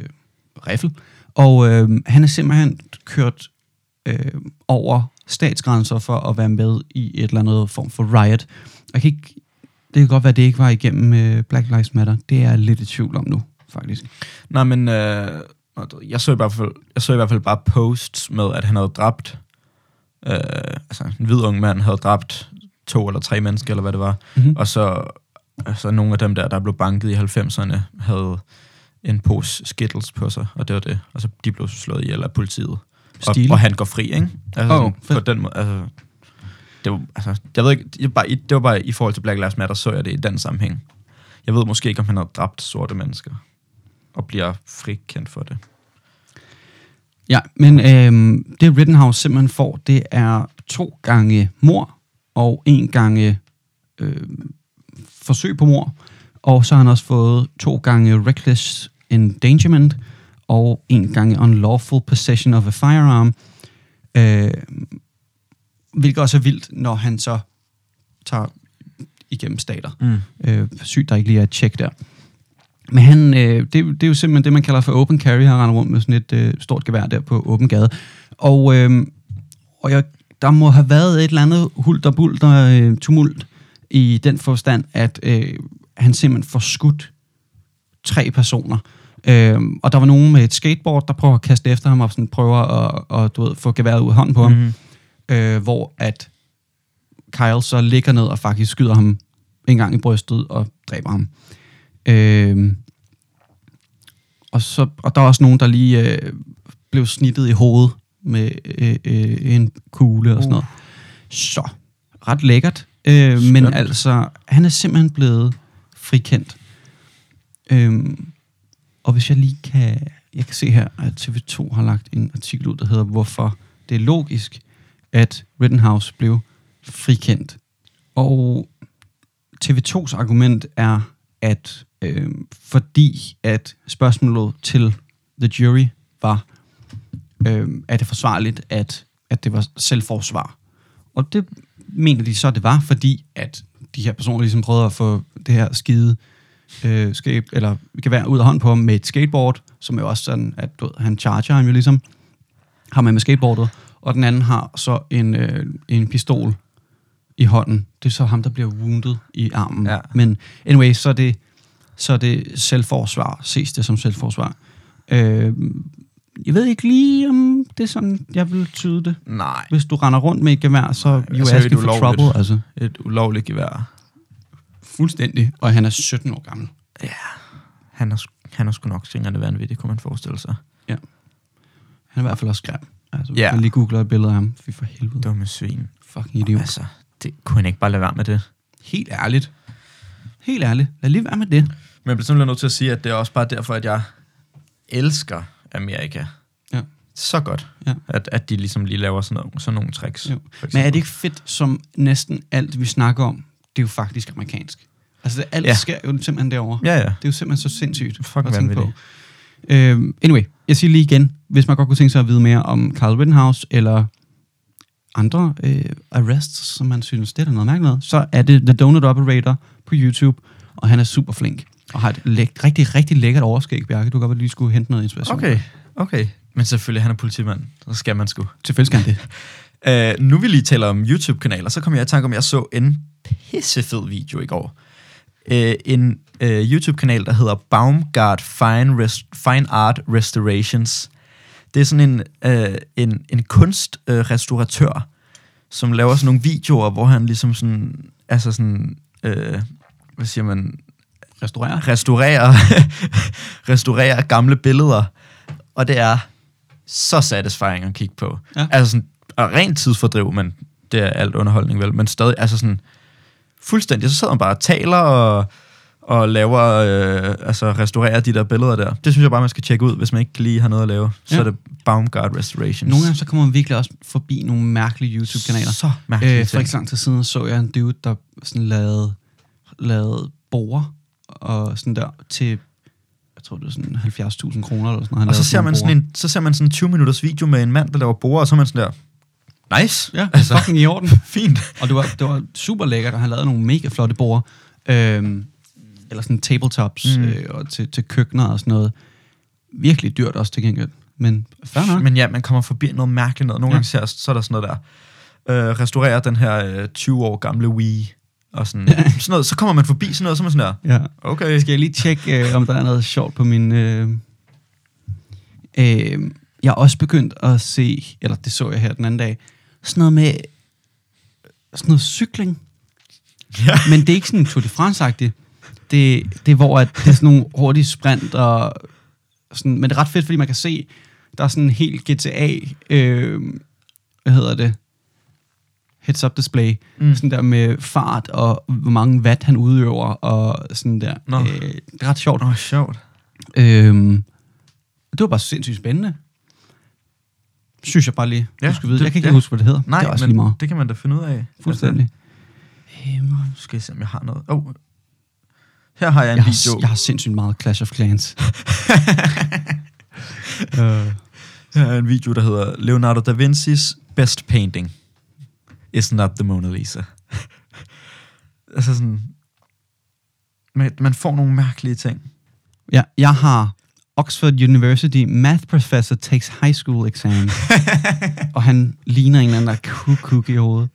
Speaker 2: riffel. Og øh, han er simpelthen kørt øh, over statsgrænser for at være med i et eller andet form for riot. Og Jeg kan ikke, det kan godt være, at det ikke var igennem øh, Black Lives Matter. Det er jeg lidt i tvivl om nu, faktisk.
Speaker 1: Nej, men øh, nå, du ved, jeg, så i hvert fald, jeg så i hvert fald bare posts med, at han havde dræbt, øh, altså en hvid ung mand havde dræbt to eller tre mennesker, eller hvad det var.
Speaker 2: Mm-hmm.
Speaker 1: Og så altså, nogle af dem der, der blev banket i 90'erne, havde en pose skittles på sig, og det var det. Og så de blev slået ihjel af politiet. Og,
Speaker 2: Stilet.
Speaker 1: og han går fri, ikke? Altså,
Speaker 2: Åh,
Speaker 1: oh, på
Speaker 2: fedt.
Speaker 1: den måde, altså, det var, altså, jeg ved ikke, jeg bare, det var bare i forhold til Black Lives Matter, så jeg det i den sammenhæng. Jeg ved måske ikke, om han har dræbt sorte mennesker, og bliver frikendt for det.
Speaker 2: Ja, men øh, det Rittenhouse simpelthen får, det er to gange mor og en gange øh, forsøg på mor. Og så har han også fået to gange reckless endangerment og en gange unlawful possession of a firearm. Øh, hvilket også er vildt, når han så tager igennem stater
Speaker 1: Mm.
Speaker 2: øh, sygt, der ikke lige er et tjek der. Men han, øh, det, det er jo simpelthen det, man kalder for open carry. Han render rundt med sådan et øh, stort gevær der på åben gade. Og, øh, og jeg, der må have været et eller andet hult og bult og øh, tumult i den forstand, at øh, han simpelthen får skudt tre personer. Øh, og der var nogen med et skateboard, der prøver at kaste efter ham og sådan prøver at og, du ved, få geværet ud af hånden på ham
Speaker 1: Mm.
Speaker 2: øh, hvor at Kyle så ligger ned og faktisk skyder ham en gang i brystet og dræber ham. Øh, og, så, og der er også nogen, der lige øh, blev snittet i hovedet med øh, øh, en kugle og sådan noget. Så, ret lækkert. Øh, men
Speaker 1: Skønt.
Speaker 2: altså, han er simpelthen blevet frikendt. Øh, og hvis jeg lige kan... Jeg kan se her, at TV2 har lagt en artikel ud, der hedder, hvorfor det er logisk, at Rittenhouse blev frikendt. Og TV2's argument er, at øh, fordi at spørgsmålet til the jury var, øh, er det forsvarligt, at, at det var selvforsvar? Og det mener de så, at det var, fordi at de her personer ligesom prøvede at få det her skide øh, skæb, eller gevær ud af hånden på ham med et skateboard, som er jo også sådan, at du ved, han charger ham jo ligesom, har man med skateboardet, og den anden har så en, øh, en pistol i hånden. Det er så ham, der bliver wounded i armen.
Speaker 1: Ja.
Speaker 2: Men anyway, så er det, så er det selvforsvar. Ses det som selvforsvar. Øh, jeg ved ikke lige, om det er sådan, jeg vil tyde det.
Speaker 1: Nej,
Speaker 2: Hvis du render rundt med et gevær, så you
Speaker 1: Altså,
Speaker 2: altså,
Speaker 1: det er
Speaker 2: asking
Speaker 1: jo
Speaker 2: for
Speaker 1: ulovligt.
Speaker 2: trouble. Altså.
Speaker 1: et ulovligt gevær.
Speaker 2: Fuldstændig. Og han er 17 år gammel.
Speaker 1: Han er, sgu- han har sgu nok fingrene vanvittigt, kunne man forestille sig.
Speaker 2: Han er i hvert fald også grim. Altså,
Speaker 1: Ja.
Speaker 2: yeah. Jeg lige googler et billede af ham. Fy for helvede.
Speaker 1: Dumme svin.
Speaker 2: Fucking idiot.
Speaker 1: Altså, det kunne han ikke bare lade være med det.
Speaker 2: Helt ærligt. Helt ærligt. Lad lige være med det.
Speaker 1: Men jeg bliver simpelthen nødt til at sige, at det er også bare derfor, at jeg elsker Amerika.
Speaker 2: Ja.
Speaker 1: Så godt,
Speaker 2: Ja.
Speaker 1: at, at de ligesom lige laver sådan nogle, sådan nogle tricks.
Speaker 2: Jo.
Speaker 1: for
Speaker 2: Men er
Speaker 1: eksempel.
Speaker 2: det ikke fedt, som næsten alt, vi snakker om, det er jo faktisk amerikansk. Altså, det, alt
Speaker 1: Ja.
Speaker 2: ja. sker jo simpelthen derovre.
Speaker 1: Ja, ja.
Speaker 2: Det er jo simpelthen så sindssygt
Speaker 1: Fucking
Speaker 2: at tænke på.
Speaker 1: vanvittigt.
Speaker 2: Øhm, anyway, jeg siger lige igen, hvis man godt kunne tænke sig at vide mere om Carl Rittenhouse eller andre øh, arrests, som man synes, det er da noget mærkeligt, noget, så er det The Donut Operator på YouTube, og han er super flink og har et læk- rigtig, rigtig lækkert overskæg, Bjarke. Du kan godt lige skulle hente noget inspiration.
Speaker 1: Okay, okay. Men selvfølgelig, han er politimand. Så skal man sgu.
Speaker 2: Selvfølgelig skal han det.
Speaker 1: Uh, nu vi lige taler om YouTube-kanaler, så kom jeg i tanke om, at jeg så en pissefed video i går. Uh, en uh, YouTube-kanal, der hedder Baumgart Fine, Rest- Fine Art Restorations. Det er sådan en, uh, en, en kunstrestauratør, som laver sådan nogle videoer, hvor han ligesom sådan, altså sådan, uh, hvad siger man, [laughs]
Speaker 2: Restaurerer.
Speaker 1: restaurere, restaurere gamle billeder, og det er så satisfying at kigge på.
Speaker 2: Ja.
Speaker 1: Altså sådan, og rent tidsfordriv, men det er alt underholdning vel, men stadig, altså sådan, fuldstændig, så sidder man bare og taler og, og laver, øh, altså restaurerer de der billeder der. Det synes jeg bare, man skal tjekke ud, hvis man ikke lige har noget at lave. Så
Speaker 2: Ja.
Speaker 1: ja. er det Baumgart Restorations.
Speaker 2: Nogle gange så kommer man virkelig også forbi nogle mærkelige YouTube-kanaler.
Speaker 1: Så mærkelige
Speaker 2: Øh, for
Speaker 1: ting.
Speaker 2: ikke så lang tid siden så jeg en dude, der sådan lavede, lavede borer og sådan der til, jeg tror det var sådan 70.000 kroner eller sådan noget. han
Speaker 1: Og så
Speaker 2: lavede
Speaker 1: ser, man
Speaker 2: nogle
Speaker 1: sådan en, så ser man sådan en 20 minutters video med en mand, der laver borer, og så er man sådan der, nice.
Speaker 2: borer. Ja, altså. fucking i orden.
Speaker 1: [laughs] fint.
Speaker 2: Og det var, det var super lækkert, og han lavede nogle mega flotte borer. Øhm, eller sådan tabletops
Speaker 1: Mm.
Speaker 2: mm. øh, og til, til køkkener og sådan noget. Virkelig dyrt også til gengæld. Men fair nok.
Speaker 1: Men ja, man kommer forbi noget mærkeligt noget. Nogle
Speaker 2: Ja.
Speaker 1: ja. gange ser, jeg- så er der sådan noget der, øh, restaurere den her øh, 20 år gamle Wii, og sådan, [laughs] sådan noget. Så kommer man forbi sådan noget, så er man sådan der,
Speaker 2: Ja.
Speaker 1: okay.
Speaker 2: Skal jeg lige tjekke, øh, om der er noget sjovt på min... Øh... Øh, jeg er også begyndt at se, eller det så jeg her den anden dag, sådan noget med sådan noget cykling.
Speaker 1: Ja.
Speaker 2: Men det er ikke sådan Tour de france det, det er hvor at det er sådan nogle hurtige sprint, og sådan, men det er ret fedt, fordi man kan se, der er sådan en helt GTA, øh, hvad hedder det, heads-up display,
Speaker 1: Mm.
Speaker 2: mm. sådan der med fart, og hvor mange watt han udøver, og sådan der.
Speaker 1: Nå.
Speaker 2: Øh, det er ret sjovt.
Speaker 1: Nå, sjovt.
Speaker 2: Øhm, det var bare sindssygt spændende. Synes jeg bare lige, ja,
Speaker 1: Ja,
Speaker 2: du skal vide.
Speaker 1: det-
Speaker 2: jeg kan ikke
Speaker 1: ja.
Speaker 2: huske, hvad det hedder.
Speaker 1: Nej,
Speaker 2: det er også
Speaker 1: men
Speaker 2: lige meget.
Speaker 1: det kan man da finde ud af.
Speaker 2: Fuldstændig.
Speaker 1: Altså, øhm, nu skal jeg se, om jeg har noget. Oh. Her har jeg en
Speaker 2: Jeg har,
Speaker 1: video.
Speaker 2: jeg har sindssygt meget Clash of Clans. øh.
Speaker 1: Her er en video, der hedder Leonardo da Vinci's Best Painting is not the Mona Lisa. [laughs] altså sådan... Man, man får nogle mærkelige ting.
Speaker 2: Ja, jeg har Oxford University math professor takes high school
Speaker 1: [laughs]
Speaker 2: exam. og han ligner en eller anden, der er kukuk i hovedet.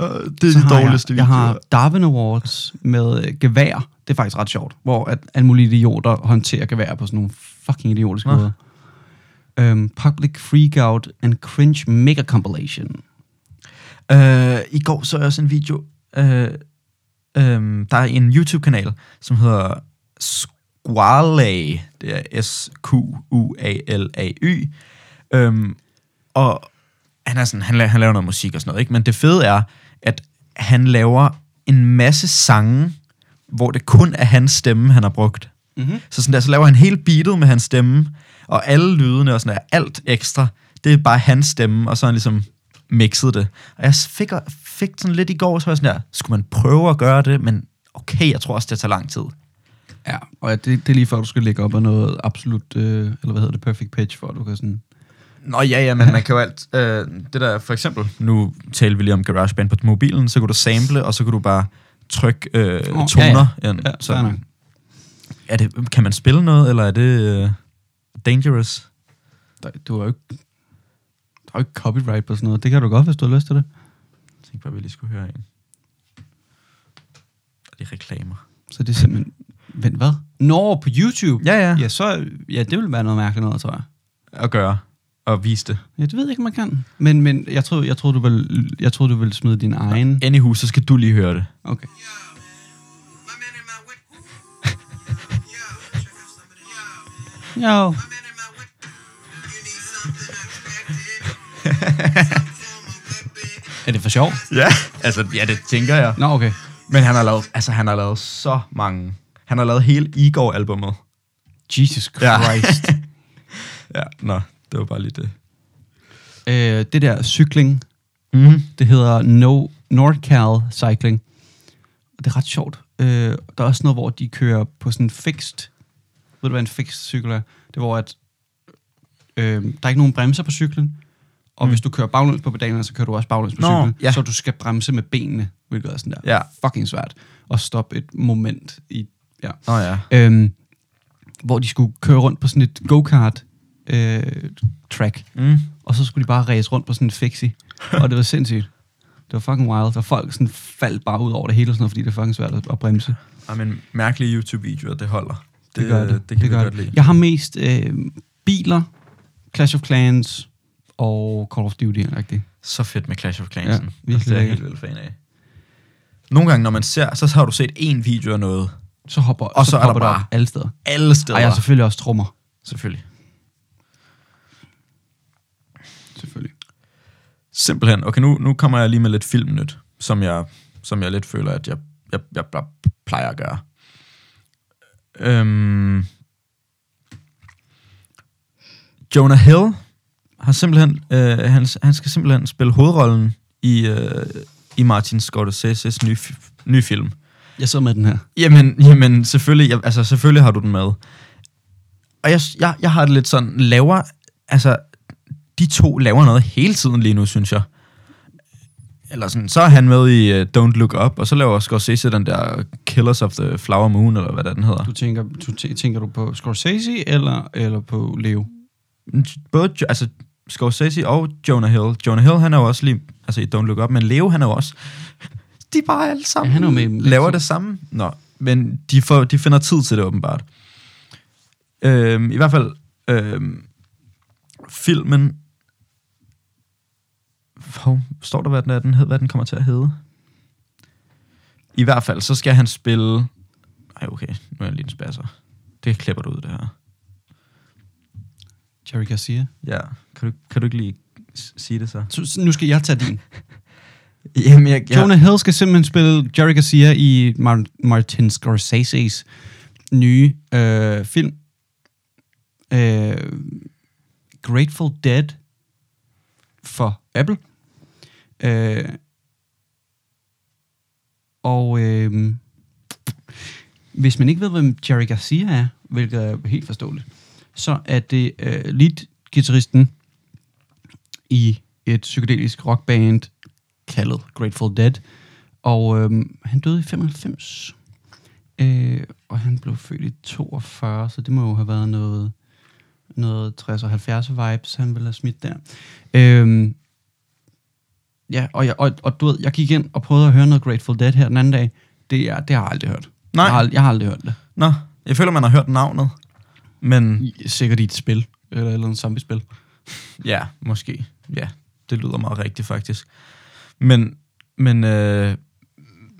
Speaker 1: Øh, Det er
Speaker 2: Så
Speaker 1: de
Speaker 2: har
Speaker 1: dårligste
Speaker 2: jeg,
Speaker 1: videoer.
Speaker 2: jeg har Darwin Awards med øh, gevær. Det er faktisk ret sjovt, hvor at alle mulige idioter håndterer geværer på sådan nogle fucking idiotiske
Speaker 1: Nå.
Speaker 2: måder. Um, Public Freakout and Cringe Mega Compilation.
Speaker 1: Øh, I går så jeg også en video. Øh, øh, der er en YouTube-kanal, som hedder Squally. Det er S-Q-U-A-L-A-Y. Øhm, og han, er sådan, han, laver, han laver noget musik og sådan noget, ikke? men det fede er, at han laver en masse sange, hvor det kun er hans stemme, han har brugt.
Speaker 2: Mhm.
Speaker 1: Så, sådan der, så laver han hele beatet med hans stemme, og alle lydene og sådan der, alt ekstra, det er bare hans stemme, og så har han ligesom mixet det. Og jeg fik, fik sådan lidt i går, så var jeg sådan der, skulle man prøve at gøre det, men okay, jeg tror også, det tager lang tid.
Speaker 2: Ja, og ja, det, det er lige før, du skal lægge op af noget absolut, øh, eller hvad hedder det, perfect pitch, for at du kan sådan...
Speaker 1: Nå ja, ja, men man kan jo alt... Øh, det der, for eksempel, nu talte vi lige om GarageBand på mobilen, så kan du sample, og så kan du bare trykke øh,
Speaker 2: Åh,
Speaker 1: oh, toner
Speaker 2: Ja,
Speaker 1: ind.
Speaker 2: ja
Speaker 1: så,
Speaker 2: så er nok.
Speaker 1: er det, kan man spille noget, eller er det øh, dangerous?
Speaker 2: Der, du har jo ikke... Der er jo ikke copyright på sådan noget. Det kan du godt, hvis du har lyst til det.
Speaker 1: Jeg tænkte bare, vi lige skulle høre en. Og det er reklamer.
Speaker 2: Så det er simpelthen... Vent, hvad? Nå, på YouTube?
Speaker 1: Ja, ja.
Speaker 2: Ja, så, ja, det ville være noget mærkeligt noget, tror jeg.
Speaker 1: At gøre. Og vise det.
Speaker 2: Ja, det ved jeg ikke, om man kan. Men, men jeg tror, jeg tror, du vil, jeg tror, du vil smide din egen.
Speaker 1: Anywho, så skal du lige høre det.
Speaker 2: Okay.
Speaker 3: Yo, my man in my whip. Yo, uh, check out
Speaker 2: Jo.
Speaker 3: some of this. Yo, Er det for sjov?
Speaker 1: Ja, altså, ja, det tænker jeg.
Speaker 2: Nå, okay.
Speaker 1: Men han har lavet, altså, han har lavet så mange. Han har lavet hele Igor-albummet.
Speaker 2: Jesus Christ.
Speaker 1: [laughs] Ja, nå, det var bare lige det.
Speaker 2: Ja. øh, det der cykling,
Speaker 1: Mm.
Speaker 2: det hedder no, NordCal Cycling. Og det er ret sjovt. Øh, der er også noget, hvor de kører på sådan en fixed... Ved du, hvad en fixed cykel er? Det er, hvor at, øh, der er ikke nogen bremser på cyklen. Og mm. hvis du kører baglæns på pedalerne, så kører du også baglæns på
Speaker 1: Nå,
Speaker 2: cyklen.
Speaker 1: ja.
Speaker 2: Så du skal bremse med benene, hvilket er sådan der
Speaker 1: Ja.
Speaker 2: fucking svært. Og stoppe et moment i... Ja
Speaker 1: Nå ja.
Speaker 2: øhm, hvor de skulle køre rundt på sådan et go-kart øh, track,
Speaker 1: Mm.
Speaker 2: og så skulle de bare ræse rundt på sådan en fixie, og det var sindssygt. Det var fucking wild, og folk sådan faldt bare ud over det hele, og sådan noget, fordi det er fucking svært at, at bremse.
Speaker 1: Ej, men mærkelige YouTube-videoer, det holder. Det, det kan vi godt lide.
Speaker 2: Jeg har mest øh, biler, Clash of Clans og Call of Duty, rigtig.
Speaker 1: Så fedt med Clash of
Speaker 2: Ja,
Speaker 1: Clans. Ja,
Speaker 2: virkelig
Speaker 1: det er jeg
Speaker 2: lækkert.
Speaker 1: helt vildt fan af. Nogle gange, når man ser, så har du set en video af noget.
Speaker 2: Så hopper
Speaker 1: Og så er der
Speaker 2: popper det op
Speaker 1: bare
Speaker 2: alle steder.
Speaker 1: Alle steder.
Speaker 2: Og jeg har selvfølgelig også trommer.
Speaker 1: Selvfølgelig.
Speaker 2: Selvfølgelig.
Speaker 1: Simpelthen. Okay, nu, nu kommer jeg lige med lidt filmnyt, som jeg, som jeg lidt føler, at jeg, jeg, jeg, jeg plejer at gøre. Øhm, Jonah Hill har simpelthen, øh, han, han skal simpelthen spille hovedrollen i, øh, i Martin Scorsese's nye, fi- nye film.
Speaker 2: Jeg sidder med den her.
Speaker 1: Jamen, jamen selvfølgelig, jeg, altså, selvfølgelig har du den med. Og jeg, jeg, jeg har det lidt sådan, laver, altså, de to laver noget hele tiden lige nu, synes jeg. Eller sådan, så er han med i uh, Don't Look Up, og så laver Scorsese den der Killers of the Flower Moon, eller hvad det er, den hedder.
Speaker 2: Du tænker, du tæ- tænker du på Scorsese eller, eller på Leo?
Speaker 1: Både, Jo- altså, Scorsese og Jonah Hill. Jonah Hill, han er jo også lige, altså i Don't Look Up, men Leo, han er jo også, [laughs] de er bare alle sammen,
Speaker 2: Ja, han er jo med i dem begge
Speaker 1: laver
Speaker 2: to.
Speaker 1: det samme. Nå, men de, får, de finder tid til det åbenbart. Øhm, I hvert fald, øhm, filmen, Hov, står der, hvad den, er, den, hed, hvad den kommer til at hedde? I hvert fald, så skal han spille... Ej, okay, nu er jeg lige en spasser. Det klipper du ud, det her.
Speaker 2: Jerry Garcia?
Speaker 1: Ja, kan du, kan du ikke lige s- sige det så?
Speaker 2: Så, så nu skal jeg tage din.
Speaker 1: Jamen, jeg,
Speaker 2: Ja. Jonah Hill skal simpelthen spille Jerry Garcia i Mar- Martin Scorsese's nye øh, film. Øh, Grateful Dead for Apple. Øh, og øh, hvis man ikke ved, hvem Jerry Garcia er, hvilket er helt forståeligt, så er det øh, lead-gitarristen i et psykedelisk rockband kaldet Grateful Dead. Og øhm, han døde i 95. Øh, og han blev født i 42, så det må jo have været noget, noget 60'er og 70'er vibes, han ville have smidt der. Øhm, ja, og, jeg, og, og du ved, jeg gik ind og prøvede at høre noget Grateful Dead her den anden dag. Det, er, det har jeg aldrig hørt.
Speaker 1: Nej.
Speaker 2: Jeg har, ald- jeg har aldrig hørt det.
Speaker 1: Nå, jeg føler, man har hørt navnet. Men
Speaker 2: I- Sikkert i et spil, eller et eller andet zombiespil.
Speaker 1: ja, måske. Ja, det lyder meget rigtigt faktisk. Men, men øh,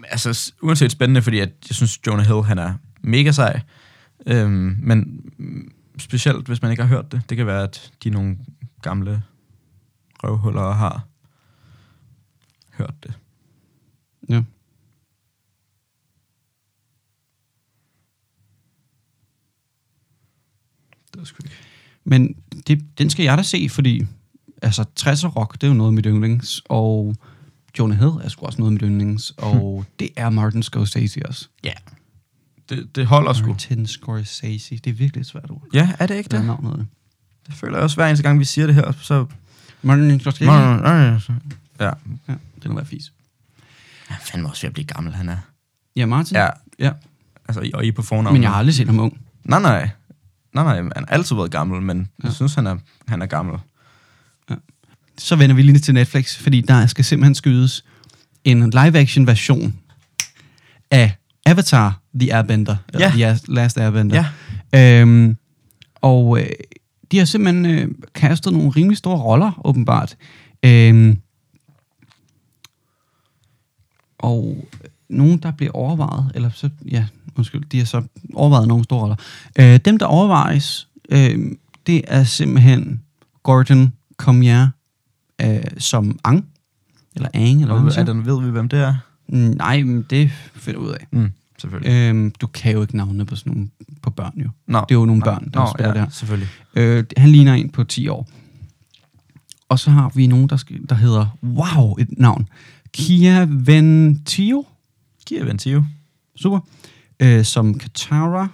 Speaker 1: altså, s- uanset spændende, fordi at jeg synes, Jonah Hill, han er mega sej. Øhm, men mm, specielt, hvis man ikke har hørt det, det kan være, at de er nogle gamle røvhuller og har hørt det.
Speaker 2: Ja.
Speaker 1: Det er sgu ikke.
Speaker 2: Men det, den skal jeg da se, fordi altså 60'er rock, det er jo noget af mit yndlings, og Jonah Hill er sgu også noget af mit
Speaker 1: Hm.
Speaker 2: yndlings, og det er Martin Scorsese også.
Speaker 1: Ja. Det, det holder sgu.
Speaker 2: Martin Scorsese, det er virkelig et svært ord.
Speaker 1: Ja, er det ikke
Speaker 2: Det er
Speaker 1: det?
Speaker 2: navnet af det.
Speaker 1: Det føler jeg også hver eneste gang, vi siger det her, så...
Speaker 2: Martin Scorsese.
Speaker 1: Ja.
Speaker 2: Ja, det må være fis.
Speaker 1: Han er fandme også ved at blive gammel, han er.
Speaker 2: Ja, Martin.
Speaker 1: Ja,
Speaker 2: ja.
Speaker 1: altså, I- og I er på fornavn.
Speaker 2: Men jeg har aldrig set ham ung.
Speaker 1: Nej, nej. Nej, nej, han har altid været gammel, men ja. jeg synes, han er, han er gammel.
Speaker 2: Så vender vi lige til Netflix, fordi der skal simpelthen skydes en live-action version af Avatar The Airbender. Eller
Speaker 1: Ja.
Speaker 2: The Last Airbender. Ja. Øhm, og øh, de har simpelthen øh, kastet nogle rimelig store roller, åbenbart. Øhm, og nogen, der bliver overvejet, eller så, ja, undskyld, de har så overvejet nogle store roller. Øh, dem, der overvejes Øh, det er simpelthen Gordon Comier øh, som Ang. Eller Ang, eller hvad man
Speaker 1: Og, er
Speaker 2: siger.
Speaker 1: den, ved vi, hvem det er?
Speaker 2: Mm, Nej, men det finder jeg ud af.
Speaker 1: Mm, selvfølgelig.
Speaker 2: Øhm, du kan jo ikke navne på sådan nogle, på børn jo.
Speaker 1: Nå,
Speaker 2: Det er jo nogle børn, der Nå, spiller ja. det her.
Speaker 1: selvfølgelig.
Speaker 2: Øh, han ligner en på 10 år. Og så har vi nogen, der, sk- der hedder, wow, et navn. Kia Ventio,
Speaker 1: Kia Ventio.
Speaker 2: super, øh, som Katara.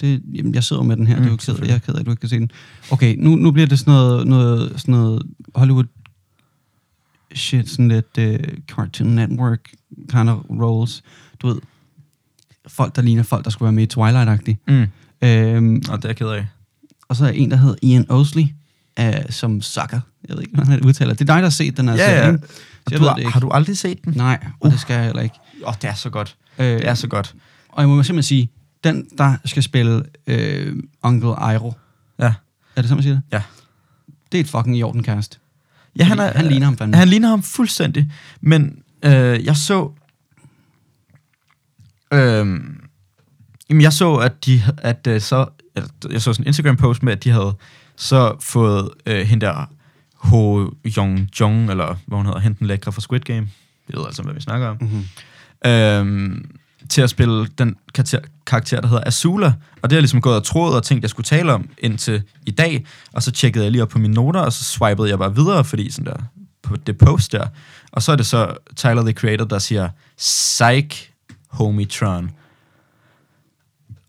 Speaker 2: Det, jamen, jeg sidder jo med den her, mm, det er jo ikke, jeg er ked af, at du ikke kan se den. Okay, nu, nu bliver det sådan noget, noget, sådan noget Hollywood shit, sådan lidt uh, Cartoon Network kind of roles. Du ved, folk, der ligner folk, der skulle være med i Twilight-agtigt.
Speaker 1: Mm.
Speaker 2: Øhm,
Speaker 1: Nå, det er jeg ked af.
Speaker 2: og så er en, der hedder Ian Osley, øh, som sucker. Jeg ved ikke, hvordan han udtaler. Det er dig, der har set den her
Speaker 1: Ja,
Speaker 2: serie,
Speaker 1: ja.
Speaker 2: ikke? Så jeg
Speaker 1: Du,
Speaker 2: ved
Speaker 1: har,
Speaker 2: det ikke.
Speaker 1: har du aldrig set den?
Speaker 2: Nej, og det skal jeg heller ikke.
Speaker 1: Åh, oh, det er så godt.
Speaker 2: Øh,
Speaker 1: Det er så godt.
Speaker 2: Og jeg må simpelthen sige, den, der skal spille øh, Uncle Iroh,
Speaker 1: Ja.
Speaker 2: er det sådan, man siger det?
Speaker 1: Ja.
Speaker 2: Det er et fucking i orden cast.
Speaker 1: Ja, han,
Speaker 2: Fordi
Speaker 1: er,
Speaker 2: han ligner ham fandme.
Speaker 1: Han ligner ham fuldstændig. Men øh, jeg så... Øh, jamen, jeg så, at de at, øh, så... At, jeg så sådan en Instagram-post med, at de havde så fået øh, hende der Ho Jong Jong, eller hvad hun hedder, hende den lækre fra Squid Game. Jeg ved altså, hvad vi snakker om.
Speaker 2: Mhm.
Speaker 1: Mm-hmm. Øhm, til at spille den karakter, karakter, der hedder Azula. Og det har jeg ligesom gået og troet og tænkt, jeg skulle tale om indtil i dag. Og så tjekkede jeg lige op på mine noter, og så swipede jeg bare videre, fordi sådan der, på det post der. Og så er det så Tyler, the creator, der siger, Psych, homie Tron.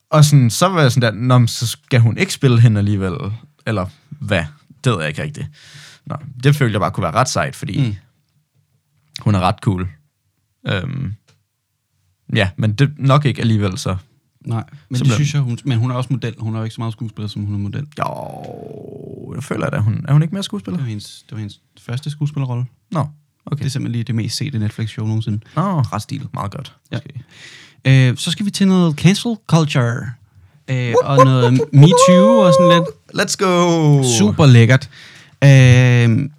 Speaker 1: Og sådan, så var jeg sådan der, Nå, men så skal hun ikke spille hende alligevel, eller hvad? Det ved jeg ikke rigtigt. Nå, det følte jeg bare kunne være ret sejt, fordi mm.
Speaker 2: Mm.
Speaker 1: hun er ret cool. Øhm, ja, men det nok ikke alligevel så.
Speaker 2: Nej, men det
Speaker 1: Simpelthen.
Speaker 2: synes jeg, hun, men hun er også model. Hun er jo ikke så meget skuespiller, som hun er model.
Speaker 1: Jo, jeg føler, at hun, er hun ikke mere
Speaker 2: Det
Speaker 1: skuespiller?
Speaker 2: var hendes, det var hendes første skuespillerrolle.
Speaker 1: Nå,
Speaker 2: Okay. Det er simpelthen lige det mest sete Netflix-show nogensinde.
Speaker 1: Nå
Speaker 2: Ret stilet.
Speaker 1: meget godt.
Speaker 2: Ja. Øh, så skal vi til noget cancel culture. Øh, og noget Me Too og sådan lidt.
Speaker 1: Let's go!
Speaker 2: Super lækkert. Øh,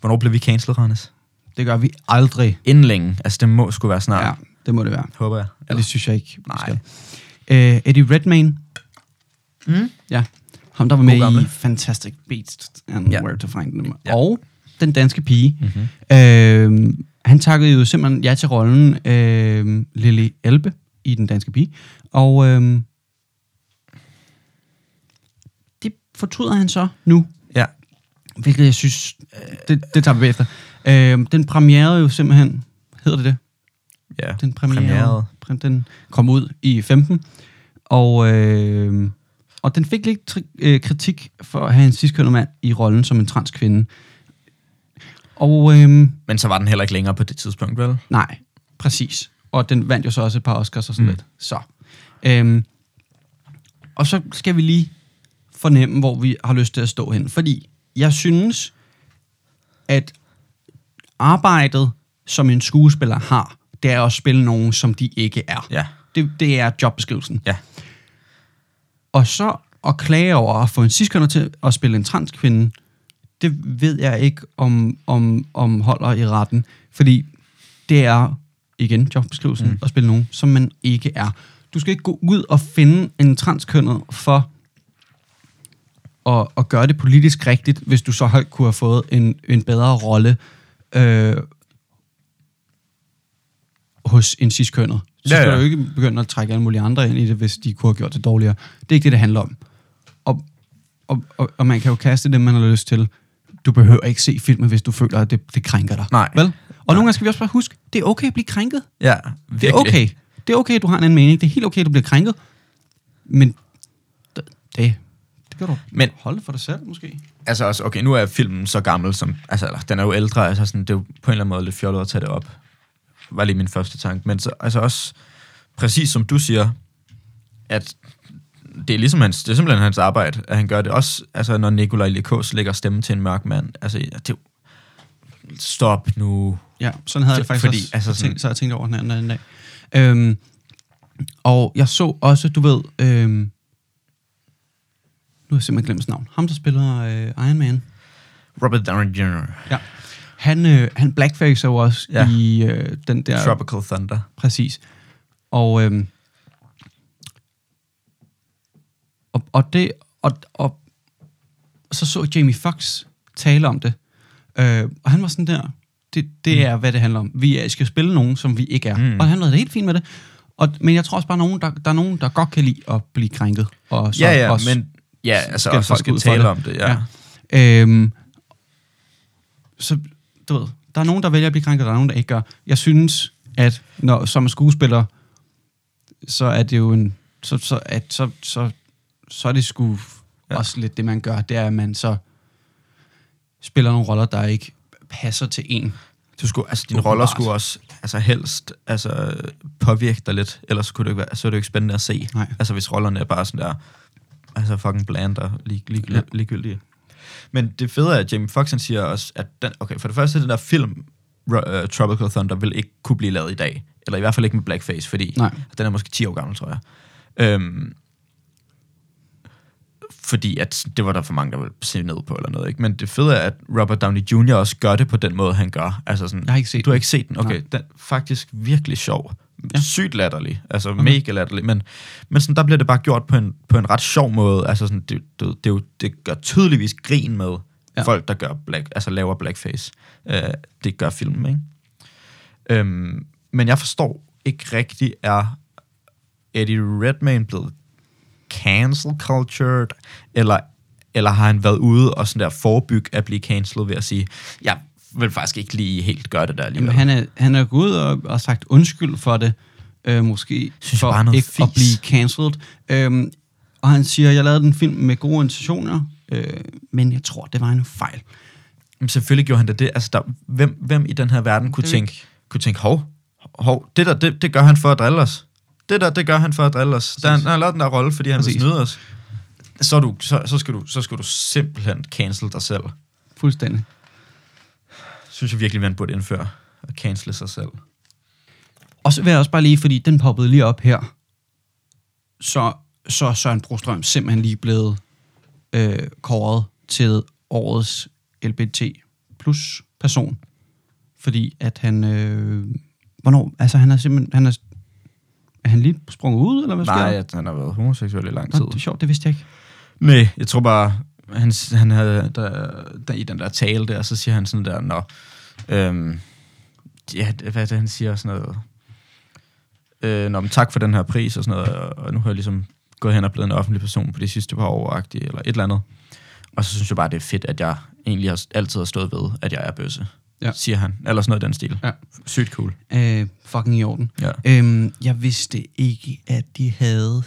Speaker 1: Hvornår blev vi cancelled, Rannes?
Speaker 2: det gør vi aldrig.
Speaker 1: Inden længe. Altså, det må skulle være snart.
Speaker 2: Ja, det må det være.
Speaker 1: Håber jeg.
Speaker 2: Ja. Det synes jeg ikke, vi
Speaker 1: Nej.
Speaker 2: skal. Øh, Eddie Redmayne.
Speaker 1: Mm.
Speaker 2: Ja. Ham, der var med
Speaker 1: gammel.
Speaker 2: i Fantastic Beasts and
Speaker 1: Ja.
Speaker 2: Where to Find Them.
Speaker 1: Ja.
Speaker 2: Ja. Og den danske pige. Mm-hmm. Øh, han takkede jo simpelthen ja til rollen øh, Lily Elbe i Den Danske Pige. Og øh, det fortryder han så nu.
Speaker 1: Ja.
Speaker 2: Hvilket jeg synes, det, det tager vi bagefter. Øh, den premierede jo simpelthen, hedder det det?
Speaker 1: ja.
Speaker 2: Den premierede.
Speaker 1: Premierede.
Speaker 2: Prem, den kom ud i 15. Og, øh, og den fik lidt tri- øh, kritik for at have en sidstkønnet mand i rollen som en transkvinde. Og øh,
Speaker 1: Men så var den heller ikke længere på det tidspunkt, vel?
Speaker 2: nej, præcis. Og den vandt jo så også et par Oscars og sådan
Speaker 1: Mm.
Speaker 2: mm. lidt. Så. Øh, og så skal vi lige fornemme, hvor vi har lyst til at stå hen. Fordi jeg synes, at arbejdet, som en skuespiller har, det er at spille nogen, som de ikke er.
Speaker 1: Ja.
Speaker 2: Det, det er jobbeskrivelsen.
Speaker 1: Ja.
Speaker 2: Og så at klage over at få en ciskønner til at spille en transkvinde, det ved jeg ikke, om, om, om holder i retten. Fordi det er, igen, jobbeskrivelsen, mm. at spille nogen, som man ikke er. Du skal ikke gå ud og finde en transkønnet for at, at gøre det politisk rigtigt, hvis du så højt kunne have fået en, en bedre rolle øh, hos en ciskønnet. Så
Speaker 1: Ja,
Speaker 2: ja, ja.
Speaker 1: ja.
Speaker 2: skal du ikke begynde at trække alle mulige andre ind i det, hvis de kunne have gjort det dårligere. Det er ikke det, det handler om. Og, og, og, og man kan jo kaste det, man har lyst til. Du behøver ikke se filmen, hvis du føler, at det, det krænker dig.
Speaker 1: Nej.
Speaker 2: Vel? Og nogle gange skal vi også bare huske, det er okay at blive krænket.
Speaker 1: Ja,
Speaker 2: Det er okay. Det er okay, du har en anden mening. Det er helt okay, du bliver krænket. Men det, det kan du
Speaker 1: Men-
Speaker 2: holde for dig selv, måske.
Speaker 1: Altså også, okay, nu er filmen så gammel, som, altså eller, den er jo ældre, altså sådan, det er jo på en eller anden måde lidt fjollet at tage det op. Var lige min første tanke. Men så, altså også, præcis som du siger, at det er, ligesom hans, det er simpelthen hans arbejde, at han gør det. Også altså, når Nikolaj Likos lægger stemme til en mørk mand. Altså, det er jo... Stop nu.
Speaker 2: Ja, sådan havde jeg
Speaker 1: Det-
Speaker 2: det faktisk
Speaker 1: fordi,
Speaker 2: fordi, også.
Speaker 1: altså
Speaker 2: Altså
Speaker 1: sådan-
Speaker 2: tænkt, så har jeg tænkt over den anden, anden dag. Øhm, og jeg så også, du ved... Øhm, nu har jeg simpelthen glemt hans navn. Ham, der spiller øh, Iron Man.
Speaker 1: Robert Downey Jr.
Speaker 2: Ja. Han, øh, han blackfacer jo også
Speaker 1: Ja.
Speaker 2: ja. i øh, den der...
Speaker 1: Ja. Tropical Thunder.
Speaker 2: Præcis. Og, øhm, og, og, det, og Og, og så så jeg Jamie Fox tale om det. Øh, og han var sådan der, det, det mm. er, hvad det handler om. Vi er- skal spille nogen, som vi ikke er. Mm.
Speaker 1: Mm.
Speaker 2: Og han havde det helt fint med det. Og, men jeg tror også bare, nogen, der, der er nogen, der godt kan lide at blive krænket. Og så
Speaker 1: ja, ja,
Speaker 2: også
Speaker 1: men... Ja, altså,
Speaker 2: skal
Speaker 1: og så
Speaker 2: folk
Speaker 1: skal
Speaker 2: ud for
Speaker 1: tale
Speaker 2: det.
Speaker 1: om det, ja. ja.
Speaker 2: ja. Øhm, så du ved, der er nogen, der vælger at blive krænket, og der er nogen, der ikke gør. Jeg synes, at når, som skuespiller, så er det jo en... Så, så, at, så, så, så er det sgu ja.
Speaker 1: Ja.
Speaker 2: også lidt det, man gør. Det er, at man så spiller nogle roller, der ikke passer til en.
Speaker 1: Du skulle, altså, dine
Speaker 2: Åbenbart.
Speaker 1: roller skulle også altså, helst altså, påvirke dig lidt, ellers kunne det ikke være, så er det jo ikke spændende at se.
Speaker 2: Nej.
Speaker 1: Altså, hvis rollerne er bare sådan der, altså fucking bland og lig, lig,
Speaker 2: Ja.
Speaker 1: ja. ligegyldige. Men det fede er, at Jamie Foxx han siger også, at den, okay, for det første, den der film, Ro- uh, Tropical Thunder, vil ikke kunne blive lavet i dag. Eller i hvert fald ikke med blackface, fordi
Speaker 2: Nej.
Speaker 1: den er måske 10 år gammel, tror jeg. Øhm, fordi at det var der for mange, der ville se ned på eller noget. Ikke? Men det fede er, at Robert Downey Jr. også gør det på den måde, han gør. Altså sådan,
Speaker 2: Jeg har ikke set
Speaker 1: du har
Speaker 2: den.
Speaker 1: ikke set den? Okay,
Speaker 2: Nej.
Speaker 1: den er faktisk virkelig sjov.
Speaker 2: Ja.
Speaker 1: Ja. Sygt latterlig. Altså okay. mega latterlig. Men, men sådan, der bliver det bare gjort på en, på en ret sjov måde. Altså sådan, det, det, det, er jo- det gør tydeligvis grin med ja.
Speaker 2: Ja.
Speaker 1: folk, der gør black, altså laver blackface. Uh, det gør filmen, ikke? Øhm, men jeg forstår ikke rigtig, er Eddie Redmayne blevet cancel cultured, eller, eller har han været ude og sådan der forebygge at blive cancelled ved at sige, jeg vil faktisk ikke lige helt gøre det der alligevel.
Speaker 2: Jamen, han, er, han er gået ud og, og sagt undskyld for det, øh, måske
Speaker 1: Synes jeg bare er
Speaker 2: for
Speaker 1: noget
Speaker 2: ikke at
Speaker 1: fis.
Speaker 2: blive cancelled. Øhm, og han siger, jeg lavede den film med gode intentioner, øh, men jeg tror, det var en fejl.
Speaker 1: Jamen, selvfølgelig gjorde han da det. Altså, der, hvem, hvem i den her verden kunne
Speaker 2: Det er
Speaker 1: tænke, kunne tænke hov, hov, det der, det, det gør han for at drille os. Det der, det gør han for at drille os. Der, han har lavet den der rolle, fordi han
Speaker 2: Præcis.
Speaker 1: vil snyde os. Så, er du, så, så, skal du, så skal du simpelthen cancel dig selv.
Speaker 2: Fuldstændig.
Speaker 1: Synes jeg virkelig, man burde indføre at cancele sig selv.
Speaker 2: Og så vil jeg også bare lige, fordi den poppede lige op her, så, så er Søren Brostrøm simpelthen lige blevet øh, kåret til årets LBT plus person. Fordi at han... Øh, hvornår? Altså han er simpelthen... Han er, er han lige sprunget ud, eller hvad sker der?
Speaker 1: Nej, at han har været homoseksuel i lang
Speaker 2: Nå,
Speaker 1: tid.
Speaker 2: det er sjovt, det vidste jeg ikke.
Speaker 1: Nej, jeg tror bare, han, han havde der, der, i den der tale der, så siger han sådan der, nå, øhm, ja, det- hvad er det, han siger, sådan noget, øh, nå, men tak for den her pris og sådan noget, og, og nu har jeg ligesom gået hen og blevet en offentlig person på de sidste par år, agtig, eller et eller andet. Og så synes jeg bare, det er fedt, at jeg egentlig har, altid har stået ved, at jeg er bøsse,
Speaker 2: Ja.
Speaker 1: ja. siger han. Eller sådan noget i den stil.
Speaker 2: Ja.
Speaker 1: Sygt cool.
Speaker 2: Øh, fucking i orden.
Speaker 1: Ja.
Speaker 2: Øhm, jeg vidste ikke, at de havde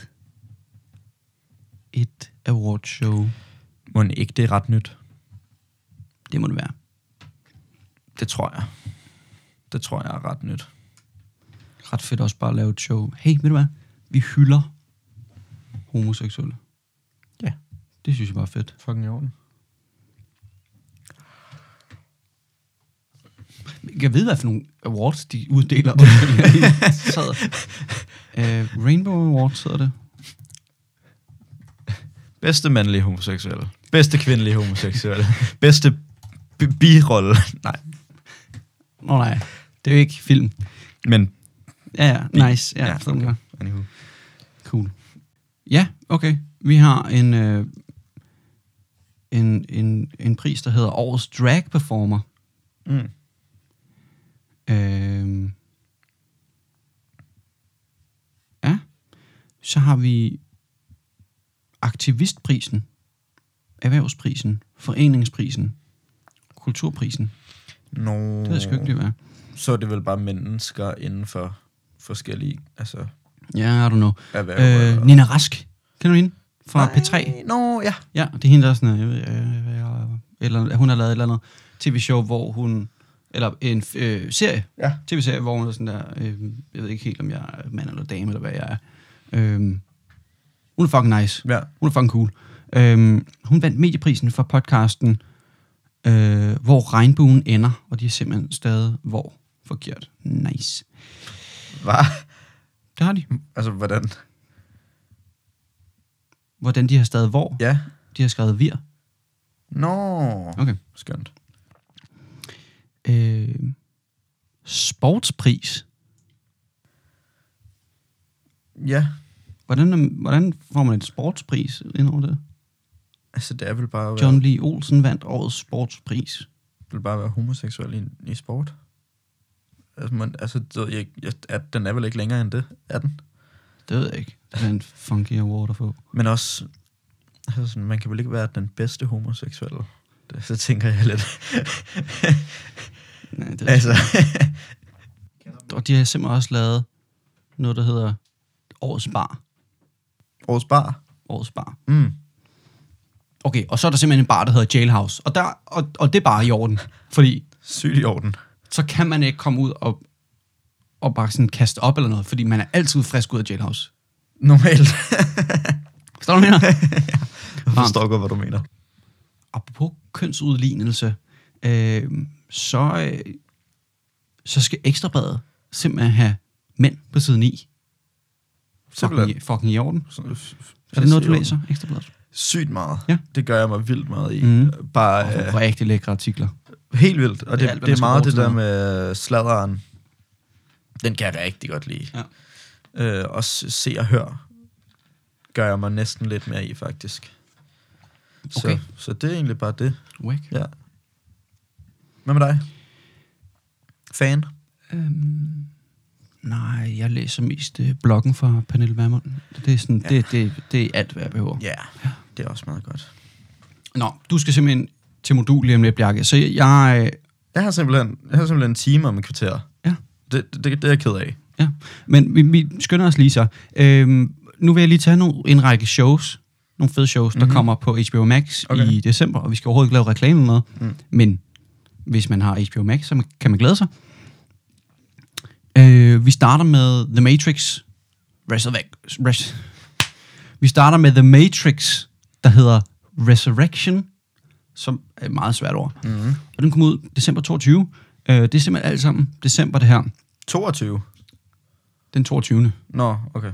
Speaker 2: et awardshow.
Speaker 1: Må ikke det er ret nyt?
Speaker 2: Det må det være.
Speaker 1: Det tror jeg. Det tror jeg er ret nyt.
Speaker 2: Ret fedt også bare at lave et show. Hey, ved du hvad? Vi hylder homoseksuelle.
Speaker 1: Ja.
Speaker 2: Det synes jeg bare er fedt.
Speaker 1: Fucking i orden.
Speaker 2: Jeg ved, hvad for nogle awards de uddeler. [laughs] Undskyld, jeg lige sad. øh, Rainbow Awards hedder det.
Speaker 1: Bedste mandlige homoseksuelle. Bedste kvindelige homoseksuelle. [laughs] Bedste b- birolle. [laughs] Nej,
Speaker 2: Nå nej, det er jo ikke film.
Speaker 1: men...
Speaker 2: Ja, ja, nice. Ja, ja okay.
Speaker 1: okay. Anywho.
Speaker 2: Cool. Ja, okay. Vi har en, øh, en, en, en pris, der hedder Årets Drag Performer.
Speaker 1: Mm.
Speaker 2: Øh, ja. Så har vi Aktivistprisen, Erhvervsprisen, Foreningsprisen, Kulturprisen.
Speaker 1: No.
Speaker 2: Det ved jeg sgu ikke, det være.
Speaker 1: Så er det vel bare mennesker inden for forskellige altså,
Speaker 2: Ja, I don't know.
Speaker 1: erhverv.
Speaker 2: Øh, Nina Rask, kender du hende? Fra P3.
Speaker 1: Nå, no, ja.
Speaker 2: Ja, det er hende, der er sådan, jeg ved, øh, hvad jeg- eller hun har lavet et eller andet tv-show, hvor hun, eller en øh, serie,
Speaker 1: Ja.
Speaker 2: tv-serie, hvor hun er sådan der, øh, jeg ved ikke helt, om jeg er mand eller dame, eller hvad jeg er. Øh, hun er fucking nice.
Speaker 1: ja.
Speaker 2: Hun er fucking cool. Øh, hun vandt medieprisen for podcasten, øh, hvor regnbuen ender, og de er simpelthen stadig hvor forkert. Nice.
Speaker 1: Var,
Speaker 2: Det har de.
Speaker 1: altså, hvordan?
Speaker 2: Hvordan de har stadig hvor.
Speaker 1: Ja.
Speaker 2: De har skrevet vir.
Speaker 1: Nå. No.
Speaker 2: Okay.
Speaker 1: Skønt.
Speaker 2: Øh, sportspris.
Speaker 1: Ja.
Speaker 2: Hvordan, hvordan får man en sportspris ind over det?
Speaker 1: Altså, det er vel bare at være,
Speaker 2: John Lee Olsen vandt årets sportspris.
Speaker 1: vil bare at være homoseksuel i, i sport. Altså, man, altså det, ved jeg, ikke. jeg, at den er vel ikke længere end det, er den?
Speaker 2: Det ved jeg ikke. Det er en funky award at få.
Speaker 1: Men også, altså, sådan, man kan vel ikke være den bedste homoseksuelle. Det, så tænker jeg
Speaker 2: [laughs]
Speaker 1: lidt.
Speaker 2: Nej, det er
Speaker 1: altså, [laughs]
Speaker 2: Og de har simpelthen også lavet noget, der hedder Årets Bar.
Speaker 1: årets bar.
Speaker 2: Årets Bar.
Speaker 1: Mm.
Speaker 2: Okay, og så er der simpelthen en bar, der hedder Jailhouse. Og, der, og, og det er bare i orden, fordi
Speaker 1: Sygt i orden.
Speaker 2: så kan man ikke komme ud og, og bare sådan kaste op eller noget, fordi man er altid frisk ud af Jailhouse. [laughs]
Speaker 1: Normalt.
Speaker 2: Forstår du, hvad jeg
Speaker 1: [laughs]
Speaker 2: mener?
Speaker 1: Jeg forstår godt, hvad du mener.
Speaker 2: Apropos kønsudlignelse, øh, så, øh, så skal ekstrabladet simpelthen have mænd på siden i.
Speaker 1: Simpelthen.
Speaker 2: Fucking, i- fucking i orden.
Speaker 1: Sådan-
Speaker 2: Er det noget, du
Speaker 1: i orden.
Speaker 2: læser, ekstrabladet?
Speaker 1: Sygt meget.
Speaker 2: Ja.
Speaker 1: Det gør jeg mig vildt meget i.
Speaker 2: Mhm.
Speaker 1: Mm. Bare
Speaker 2: Og
Speaker 1: øh,
Speaker 2: rigtig lækre artikler.
Speaker 1: helt vildt. Og
Speaker 2: Det
Speaker 1: det,
Speaker 2: er alt,
Speaker 1: det, det
Speaker 2: hvad man
Speaker 1: er
Speaker 2: skal
Speaker 1: meget
Speaker 2: bruge
Speaker 1: det
Speaker 2: til
Speaker 1: der med sladderen. Den kan jeg rigtig godt lide.
Speaker 2: Ja.
Speaker 1: Øh, også se og hør gør jeg mig næsten lidt mere i, faktisk. Så,
Speaker 2: Okay.
Speaker 1: så det er egentlig bare det.
Speaker 2: Whack.
Speaker 1: Ja. Hvad med dig? Fan?
Speaker 2: Øhm, nej, jeg læser mest øh, bloggen fra Pernille Vermund. Det er, sådan, ja. det, det, det er alt, hvad jeg behøver. Ja.
Speaker 1: Ja, det er også meget godt.
Speaker 2: Nå, du skal simpelthen til modul lige om lidt, Bjarke. Så jeg... Øh,
Speaker 1: Jeg har simpelthen, jeg har simpelthen en time om et kvarter.
Speaker 2: Ja.
Speaker 1: Det, det, det er jeg ked af.
Speaker 2: ja, men vi, vi skynder os lige så. Øhm, nu vil jeg lige tage nogle, en række shows. Nogle fede shows, mm-hmm. der kommer på HBO Max okay.
Speaker 1: Okay.
Speaker 2: i december. Og vi skal overhovedet ikke lave reklame eller noget. Mm. Men hvis man har HBO Max, så man- kan man glæde sig. Øh, vi starter med The Matrix. Resurrect, res, vi starter med The Matrix, der hedder Resurrection, som er et meget svært ord. Mm-hmm. Og den kom ud december 22. Øh, det er simpelthen alt sammen december, det her.
Speaker 1: 22?
Speaker 2: Den 22.
Speaker 1: Nå, okay.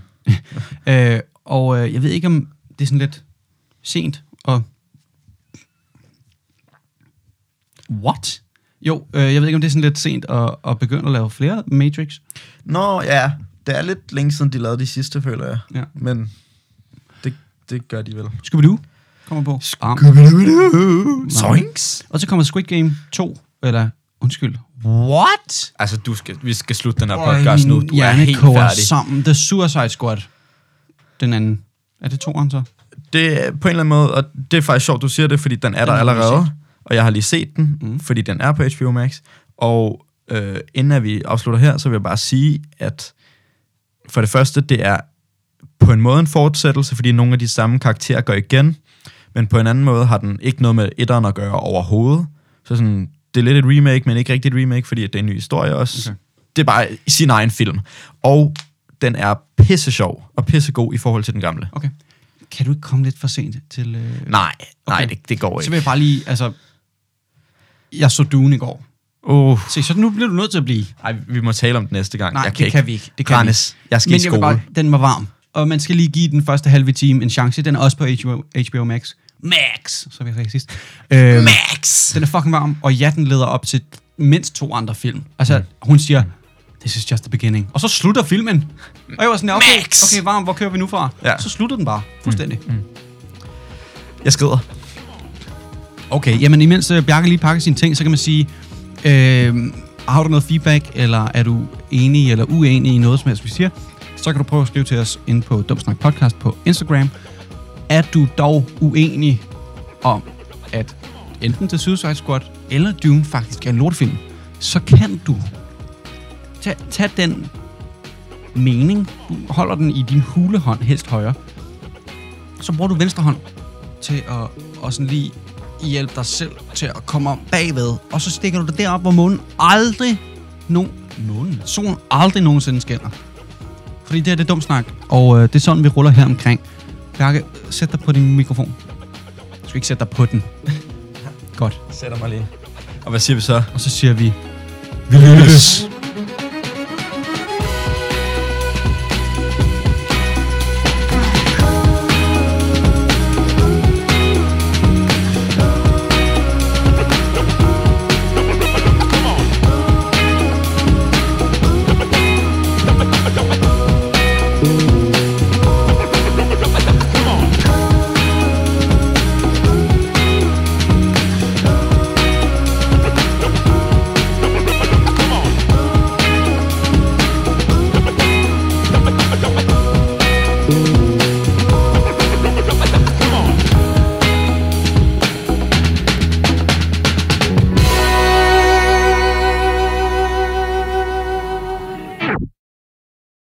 Speaker 2: Øh, og øh, jeg ved ikke, om det er sådan lidt sent og... What? Jo, øh, jeg ved ikke, om det er sådan lidt sent at, at begynde at lave flere Matrix.
Speaker 1: Nå, ja. Det er lidt længe siden, de lavede de sidste, føler jeg.
Speaker 2: Ja.
Speaker 1: Men det, det gør de vel.
Speaker 2: Scooby-Doo kommer på. Bam.
Speaker 1: Zoinks!
Speaker 2: Og så kommer Squid Game 2, eller undskyld.
Speaker 1: What? Altså, du skal, vi skal slutte den her
Speaker 2: Hjerne koger sammen. The Suicide Squad. Den anden. Er det toeren så?
Speaker 1: Det er på en eller anden måde, og det er faktisk sjovt, du siger det, fordi den er der
Speaker 2: har vi
Speaker 1: allerede. Og jeg har lige set den, mm. fordi den er på HBO Max. Og øh, inden at vi afslutter her, så vil jeg bare sige, at for det første, det er på en måde en fortsættelse, fordi nogle af de samme karakterer går igen, men på en anden måde har den ikke noget med etteren at gøre overhovedet. Så sådan, det er lidt et remake, men ikke rigtigt et remake, fordi det er en ny historie også.
Speaker 2: Okay.
Speaker 1: Okay. Det er bare i sin egen film. Og den er pisse sjov og pissegod i forhold til den gamle.
Speaker 2: Okay. Kan du ikke komme lidt for sent til... Øh...
Speaker 1: Nej, nej,
Speaker 2: Okay.
Speaker 1: det, det går
Speaker 2: Så
Speaker 1: ikke.
Speaker 2: vil jeg bare lige, altså... Jeg så Dune i går.
Speaker 1: Uh,
Speaker 2: Se, så nu bliver du nødt til at blive.
Speaker 1: ej, vi må tale om det næste gang.
Speaker 2: Nej,
Speaker 1: jeg
Speaker 2: det
Speaker 1: ikke.
Speaker 2: kan vi ikke. Det kan
Speaker 1: Rannes,
Speaker 2: vi ikke.
Speaker 1: jeg skal
Speaker 2: Men
Speaker 1: i
Speaker 2: jeg vil
Speaker 1: skole.
Speaker 2: Bare, den var varm. Og man skal lige give den første halve time en chance. Den er også på HBO, HBO Max. Max, så vi sagde sidst. Øhm,
Speaker 1: Max!
Speaker 2: Den er fucking varm, og ja, den leder op til mindst to andre film. Altså, mm. hun siger, this is just the beginning. Og så slutter filmen. Og jeg var sådan, okay,
Speaker 1: Max!
Speaker 2: okay varm, hvor kører vi nu fra?
Speaker 1: Ja.
Speaker 2: Så slutter den bare, fuldstændig. Mm.
Speaker 1: Jeg skrider.
Speaker 2: Okay, jamen imens øh, Bjarke lige pakker sine ting, så kan man sige, øh, har du noget feedback, eller er du enig eller uenig i noget, som helst, vi siger, så kan du prøve at skrive til os ind på Dumsnak Podcast på Instagram. Er du dog uenig om, at enten The Suicide Squad eller Dune faktisk er en lortefilm, så kan du tage, tage den mening, du holder den i din hulehånd, helst højre, så bruger du venstre hånd til at og sådan lige hjælpe dig selv til at komme om bagved. Og så stikker du det derop, hvor månen aldrig nogen... Månen? Solen aldrig nogensinde skinner. Fordi det her, det er dumt snak. Og øh, det er sådan, vi ruller her omkring. Bjarke, sæt dig på din mikrofon. Du skal ikke sætte dig på den. Godt.
Speaker 1: Sætter mig lige. Og hvad siger vi så?
Speaker 2: Og så siger vi...
Speaker 1: Vi lyttes!